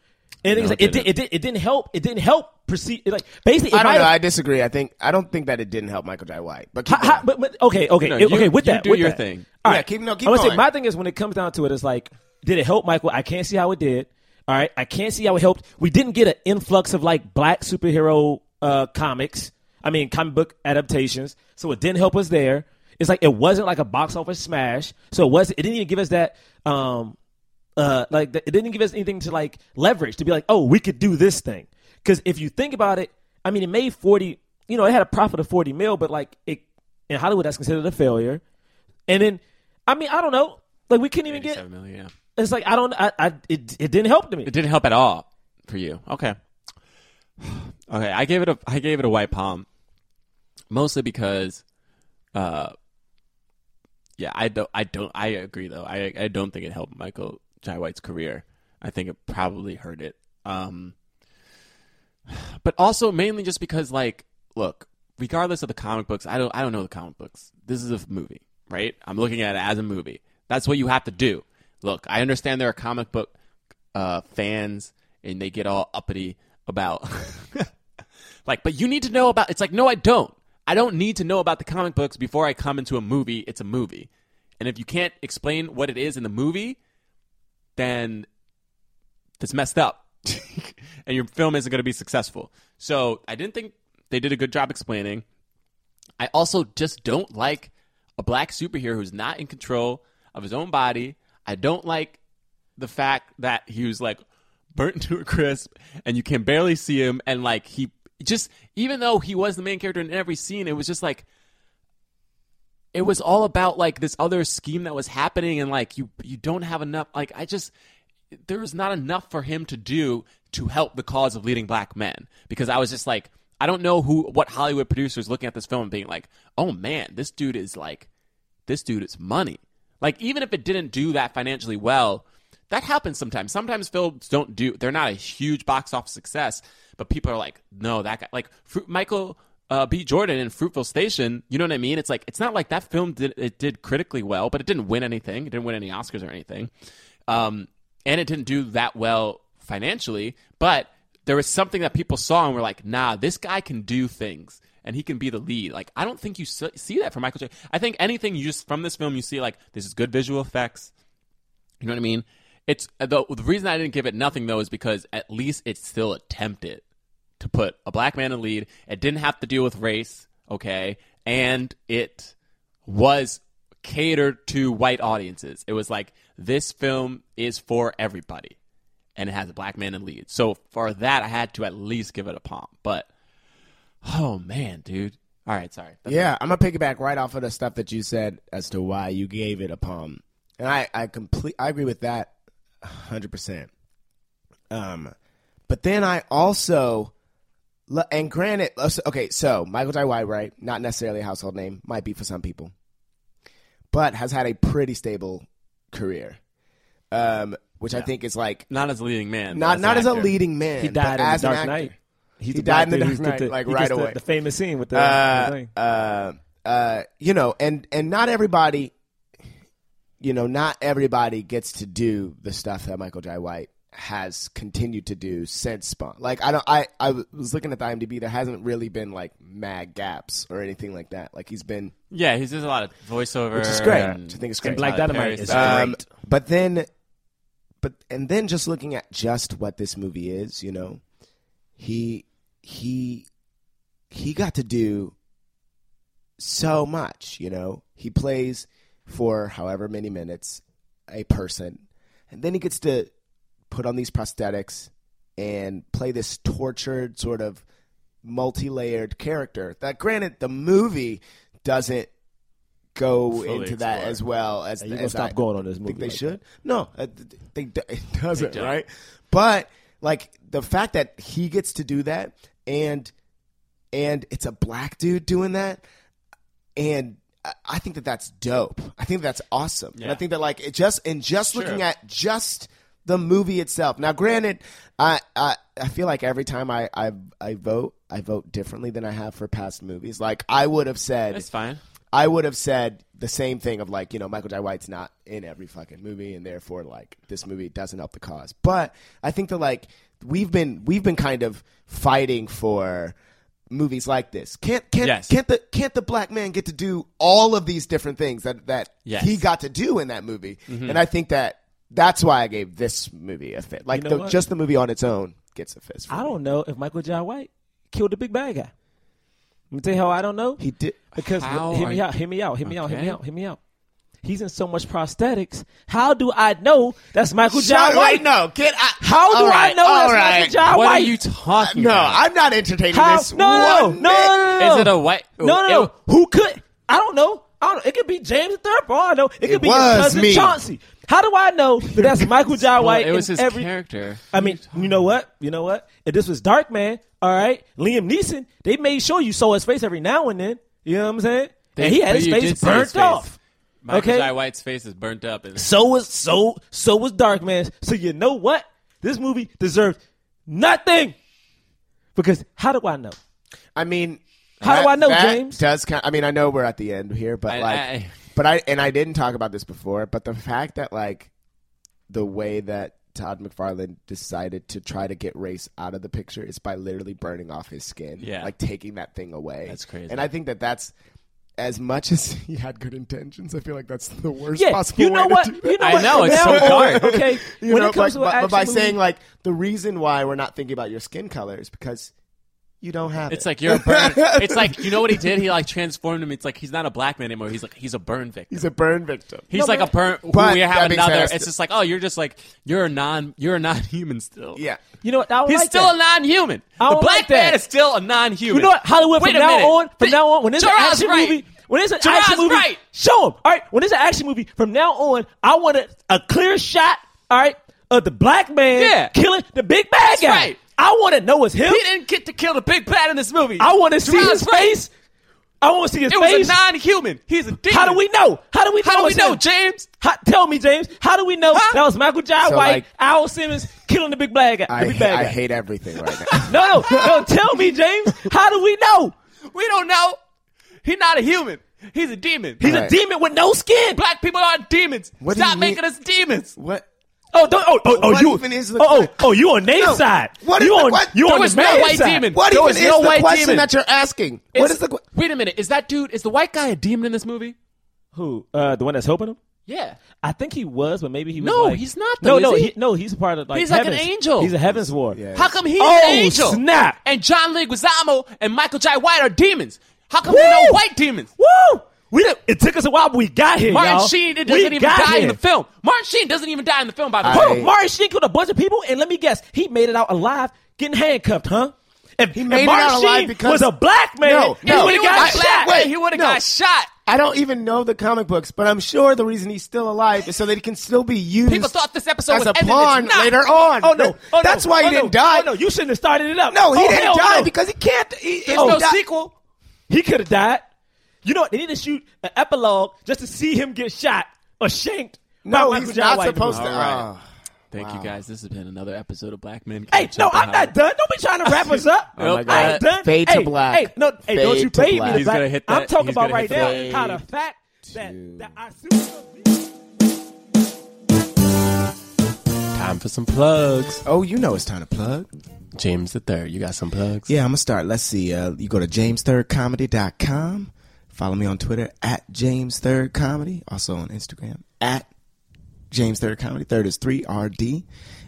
Anything No, it, did, it it, did, it didn't help. It didn't help. Proceed it, like basically. it I don't might- know. I disagree. I think I don't think that it didn't help Michael J. White. But keep Ha- ha- going. but, but- okay, okay, No, you- okay. With you that, do with your that. thing. All Yeah, right. keep- no, keep I would say going. my thing is when it comes down to it, it's like, did it help Michael? I can't see how it did. All right, I can't see how it helped. We didn't get an influx of like black superhero uh, comics. I mean, comic book adaptations. So it didn't help us there. It's like it wasn't like a box office smash. So it was. It didn't even give us that. Um, uh, like th- it didn't give us anything to like leverage to be like, oh, we could do this thing. Because if you think about it, I mean, it made forty. You know, it had a profit of forty mil, but like it in Hollywood, that's considered a failure. And then, I mean, I don't know. Like we couldn't even get. Seven million, yeah. It's like I don't. I, I it, it didn't help to me. It didn't help at all for you. Okay. Okay, I gave it a I gave it a white palm. Mostly because uh yeah, I don't I don't I agree though. I I don't think it helped Michael Jai White's career. I think it probably hurt it. Um but also mainly just because like look, regardless of the comic books, I don't I don't know the comic books. This is a f- movie, right? I'm looking at it as a movie. That's what you have to do. Look, I understand there are comic book uh, fans and they get all uppity about like but you need to know about it's like no i don't i don't need to know about the comic books before i come into a movie it's a movie and if you can't explain what it is in the movie then that's messed up and your film isn't going to be successful. So I didn't think they did a good job explaining. I also just don't like a black superhero who's not in control of his own body. I don't like the fact that he was like burnt to a crisp and you can barely see him and like he just even though he was the main character in every scene it was just like it was all about like this other scheme that was happening and like you you don't have enough like i just there was not enough for him to do to help the cause of leading black men because i was just like i don't know who what hollywood producers looking at this film and being like oh man this dude is like this dude is money like even if it didn't do that financially well that happens sometimes sometimes films don't do they're not a huge box office success but people are like no that guy like Fru- michael uh, B. Jordan in Fruitville Station. You know what I mean? It's like it's not like that film did it did critically well, but it didn't win anything. It didn't win any Oscars or anything, um, and it didn't do that well financially. But there was something that people saw and were like, "Nah, this guy can do things." And he can be the lead. Like I don't think you s- see that from Michael J. I think anything you just from this film you see like this is good visual effects. You know what I mean? It's uh, the, the reason I didn't give it nothing though is because at least it still attempted to put a black man in lead. It didn't have to deal with race, okay? And it was catered to white audiences. It was like this film is for everybody, and it has a black man in lead. So for that, I had to at least give it a palm. But oh man, dude! All right, sorry. That's- Yeah, I'm gonna piggyback right off of the stuff that you said as to why you gave it a palm, and I I complete I agree with that, hundred percent. Um, but then I also, lo- and granted, uh, so- okay, so Michael J. White, right? Not necessarily a household name, might be for some people, but has had a pretty stable career, um, which I think is like Not as a leading man. but not an not as a actor. leading man. He but died in the as an Dark actor. Knight. He's He the black died in The dude Dark who's got Knight, like, he right gets the- away. The, famous scene with the, the uh, thing. uh, uh, you know, and and not everybody, you know, not everybody gets to do the stuff that Michael J. White has continued to do since Spawn. Like I don't, I I was looking at the IMDb. There hasn't really been like mad gaps or anything like that. Like he's been, Yeah, he's does a lot of voiceover, Which is great. and- Which I think is and great. Black Tyler Dynamite Perry's is stuff. um, but then, but and then just looking at just what this movie is, you know, he he he got to do so much, you know. He plays for however many minutes a person, and then he gets to put on these prosthetics and play this tortured sort of multi-layered character. That granted, the movie doesn't go Fully into that explore. as well as Hey, you as gonna stop I going on this movie Think they like should? No, uh, th- they, d- it doesn't, don't. right? But like the fact that he gets to do that and and it's a black dude doing that and I- I think that that's dope. I think that's awesome. And I think that like it just and just looking at just the movie itself. Now, granted, I I, I feel like every time I, I I vote, I vote differently than I have for past movies. Like I would have said, That's fine. I would have said the same thing of like, you know, Michael J. White's not in every fucking movie and therefore like this movie doesn't help the cause. But I think that like we've been we've been kind of fighting for movies like this. Can't can't Yes. can't the can't the black man get to do all of these different things that that Yes. he got to do in that movie? Mm-hmm. And I think that that's why I gave this movie a fit. Like know the, what? just the movie on its own gets a fist. I don't know if Michael J. White killed the big bad guy. Let me tell you how I don't know. He did. Because How hear are me you- out, hear me out, hear me out, hear me Okay. out, hear me out. He's in so much prosthetics. How do I know that's Michael J. Shut- White? wait, no, get out. How do All I right, know all that's right. Michael J. What are White? you talking No, about? I'm not entertaining How? this. No, no, one no, no, no, no. Is it a white? No, no, Ew. no. Who could? I don't know. I don't know. It could be James III. For all I know, it could It be your was cousin me. Chauncey. How do I know that that's Michael J. Well, White? it was in his every- character. I mean, you know what? You know what? If this was Dark Man, all right, Liam Neeson, they made sure you saw his face every now and then. You know what I'm saying? and he had but his you face did say his burnt face. off. Michael Okay. Jai White's face is burnt up. And So was so so was Dark Man. So you know what? This movie deserves nothing. Because how do I know? I mean, How do I know, that James? Does kind I mean, I know we're at the end here, but I- like, I- but I and I didn't talk about this before, but the fact that like the way that Todd McFarlane decided to try to get race out of the picture is by literally burning off his skin, Yeah. like taking that thing away. That's crazy. And I think that that's as much as he had good intentions, I feel like that's the worst Yeah, possible you know way what? to do that. You know I what? know, it's so Now on, dark. Okay, You when know, it comes but, to but- actual but by movie- saying like the reason why we're not thinking about your skin color is because you don't have It's it. like you're a burn. it's like you know what he did. He like transformed him. It's like he's not a black man anymore. He's like he's a burn victim. he's a burn victim. He's like a burn. who But we have that being said, another. I It's still- just like oh, you're just like you're a non. You're a non-human still. yeah. you know what? I don't He's like still that. a non-human. I The don't black like that. man is still a non-human. You know what? Hollywood Wait from a now minute. on, from Th- now on, when there's Gerard's an action right. movie, when there's an Gerard's action movie, right. show him. All right, when there's an action movie, from now on, I want a, a clear shot. All right, of the black man Yeah. killing the big bad guy. right. I want to know it's him. He didn't get to kill the big bad in this movie. I want to see Gerard's his right. face. I want to see his It face. was a non-human. He's a demon. How do we know? How do we know? How do we it's know, him? James? How- tell me, James. How do we know Huh? that was Michael Jai So, White, like- Al Simmons killing the big black guy? The I, big bad I guy. hate everything right now. No, no, no. Tell me, James. How do we know? We don't know. Oh, He's not a human. He's a demon. He's a Right. demon with no skin. black people aren't demons. What do Stop you mean? making us demons. what? Oh, don't, oh, oh, oh, What you, even is the- oh, oh, oh, you on their No. side. What is you the- on, what? you There on was the no man's white side. demon. What There even was is no the white question demon. that you're asking? what It's- is the que- Wait a minute. Is that dude? Is the white guy a demon in this movie? Who? Uh, the one that's helping him? Yeah. I think he was, but maybe he was. No, like- he's not, though, no, no, is he? he- no. He's a part of like. He's like an Heavens. angel. He's a heavens ward. How come he's Oh, Um, an angel? snap. And John Leguizamo and Michael J. White are demons. How come we know Woo! white demons? Woo! We did, it took us a while, but we got here, Martin y'all. Sheen it We doesn't even got die in here. the film. Martin Sheen doesn't even die in the film. By the way, I- Hold on, Martin Sheen killed a bunch of people, and let me guess, he made it out alive, getting handcuffed, huh? If, he made it Martin out alive Sheen because- was a black man, No, he no, would have would've got got shot. black. Wait, he would've no. got shot. I don't even know the comic books, but I'm sure the reason he's still alive is so that he can still be used. People thought this episode as was a ended. It's pawn not. later on. Oh no! Oh, that's no. why he Oh, no. didn't die. Oh, no, you shouldn't have started it up. No, he Oh, didn't hell die no. because he can't. He, there's he no died- sequel. He could have died. You know what? They need to shoot an epilogue just to see him get shot or shanked. No, by Michael he's Jai not White. supposed to. Alright. Oh. Thank you guys. This has been another episode of Black Men. Hey, no, I'm not done. Don't be trying to wrap us up. Oh my I God. ain't done. Fade to hey, black. Hey, no, hey, don't Fade you to fade me black. to He's black. gonna hit I'm that- talking he's about gonna right hit the now fade how the fact that, that I super- Time for some plugs. Oh, you know it's time to plug. James the Third, you got some plugs? Yeah, I'm gonna start. Let's see. Uh, you go to jamesthirdcomedy.com. Follow me on Twitter at jamesthirdcomedy. Also on Instagram at James Third Comedy. Third is 3RD.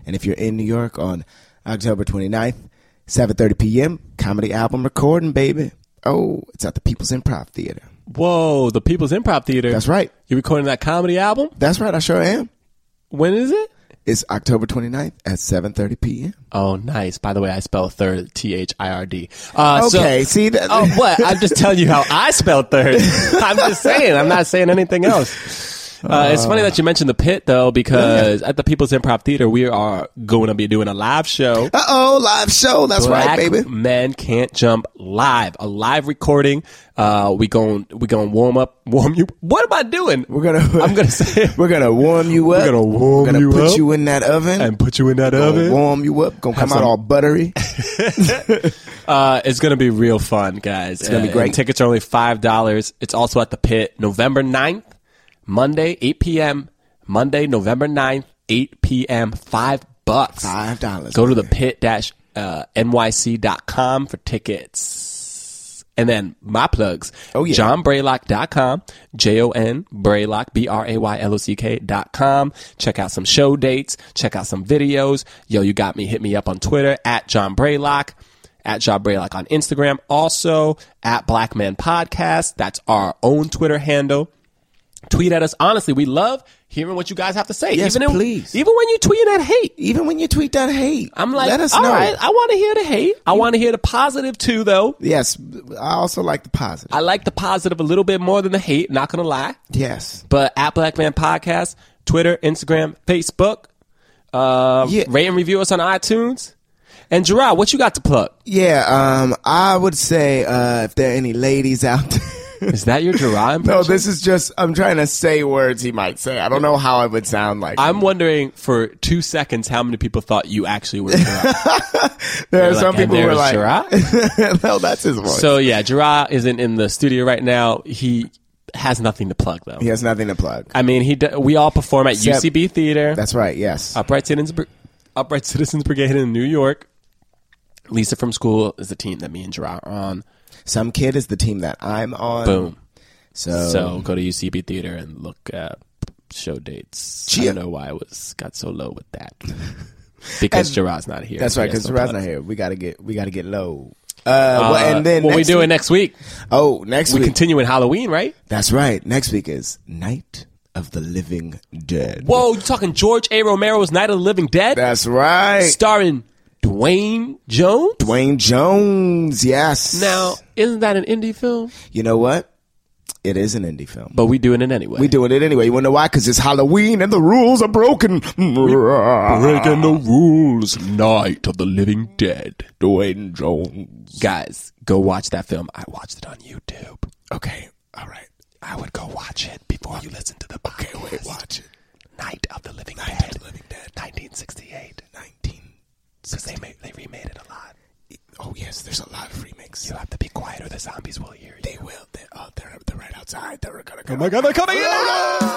And if you're in New York on October 29th, 7.30 p.m., comedy album recording, baby. Oh, it's at the People's Improv Theater. Whoa, the People's Improv Theater. That's right. You recording that comedy album? That's right. I sure am. When is it? It's October 29th at 7.30 p.m. Oh, nice. By the way, I spell third T H I R D. Uh, so- Okay, see that- Oh, what? I'm just telling you how I spell third. I'm just saying. I'm not saying anything else. Uh, it's funny that you mentioned the pit though, because at the People's Improv Theater, we are going to be doing a live show. Uh-oh, live show. That's right, Black baby. Men can't jump live, a live recording. Uh, we going we going warm up, warm you. What am I doing? We're gonna. I'm gonna say We're gonna warm you up. gonna warm We're gonna you put up. you in that oven and put you in that gonna oven. Warm you up. Gonna come some- out all buttery. Uh, it's gonna be real fun, guys. It's gonna be great. tickets are only five dollars. It's also at the pit, November 9th, Monday, eight p.m. Monday, November 9th, eight p.m. Five bucks. Five dollars. Go to the pit dash uh, nyc.com for tickets. And then my plugs. Oh, yeah. JohnBraylock.com. J O N Braylock, B R A Y L O C K.com. Check out some show dates. Check out some videos. Yo, you got me. Hit me up on Twitter at John Braylock. At John Braylock on Instagram. Also at Black Man Podcast. That's our own Twitter handle tweet at us. Honestly, we love hearing what you guys have to say. Yes, even if- please. even when you tweet at hate. Even when you tweet that hate, I'm like, let us all know. right, I want to hear the hate. I want to hear the positive too, though. yes, I also like the positive. I like the positive a little bit more than the hate, not going to lie. yes, But at Black Man Podcast, Twitter, Instagram, Facebook, uh, Yeah. rate and review us on iTunes. And Gerard, what you got to plug? yeah. Um, I would say uh, if there are any ladies out there. Is that your Gerard impression? No, this is just I'm trying to say words he might say. I don't know how I would sound like. I'm wondering for two seconds how many people thought you actually were Gerard. there are like, some "And people who are there's like, Gerard?" no, that's his voice. so yeah, Gerard isn't in the studio right now. He has nothing to plug though. he has nothing to plug. I mean, he. d- We all perform at Except- UCB Theater, That's right. Yes. Upright Citizens, Br- Upright Citizens Brigade in New York. Lisa from school is the team that me and Gerard are on. Some kid is the team that I'm on. Boom. So, So go to UCB Theater and look at show dates. I Cheer. don't know why I was got so low with that. because Gerard's not here. that's right, I guess because no Rod's not plugs. here. We gotta get we gotta get low. Uh, Uh, well, and then what we next doing week- next week? Oh, next We week. continue in Halloween, right? that's right. Next week is Night of the Living Dead. Whoa, you talking George A. Romero's Night of the Living Dead, That's right. starring Dwayne Jones. Dwayne Jones. Yes. Now, isn't that an indie film? you know what? It is an indie film. But we doing it anyway. we doing it anyway. You wanna know why? Because it's Halloween and the rules are broken. breaking the rules. Night of the Living Dead. Dwayne Jones. Guys, go watch that film. I watched it on YouTube. Okay, all right. I would go watch it before you listen to the podcast. Okay, wait, watch it. Night of the Living Dead. Night of the Living Dead. 1968. 19. Because they, made, they remade it a lot. Oh, yes, there's a lot of remakes. You have to be quiet or the zombies will hear you. They will. They're, oh, they're, they're right outside. They're going to come. Oh, my God, they're coming in!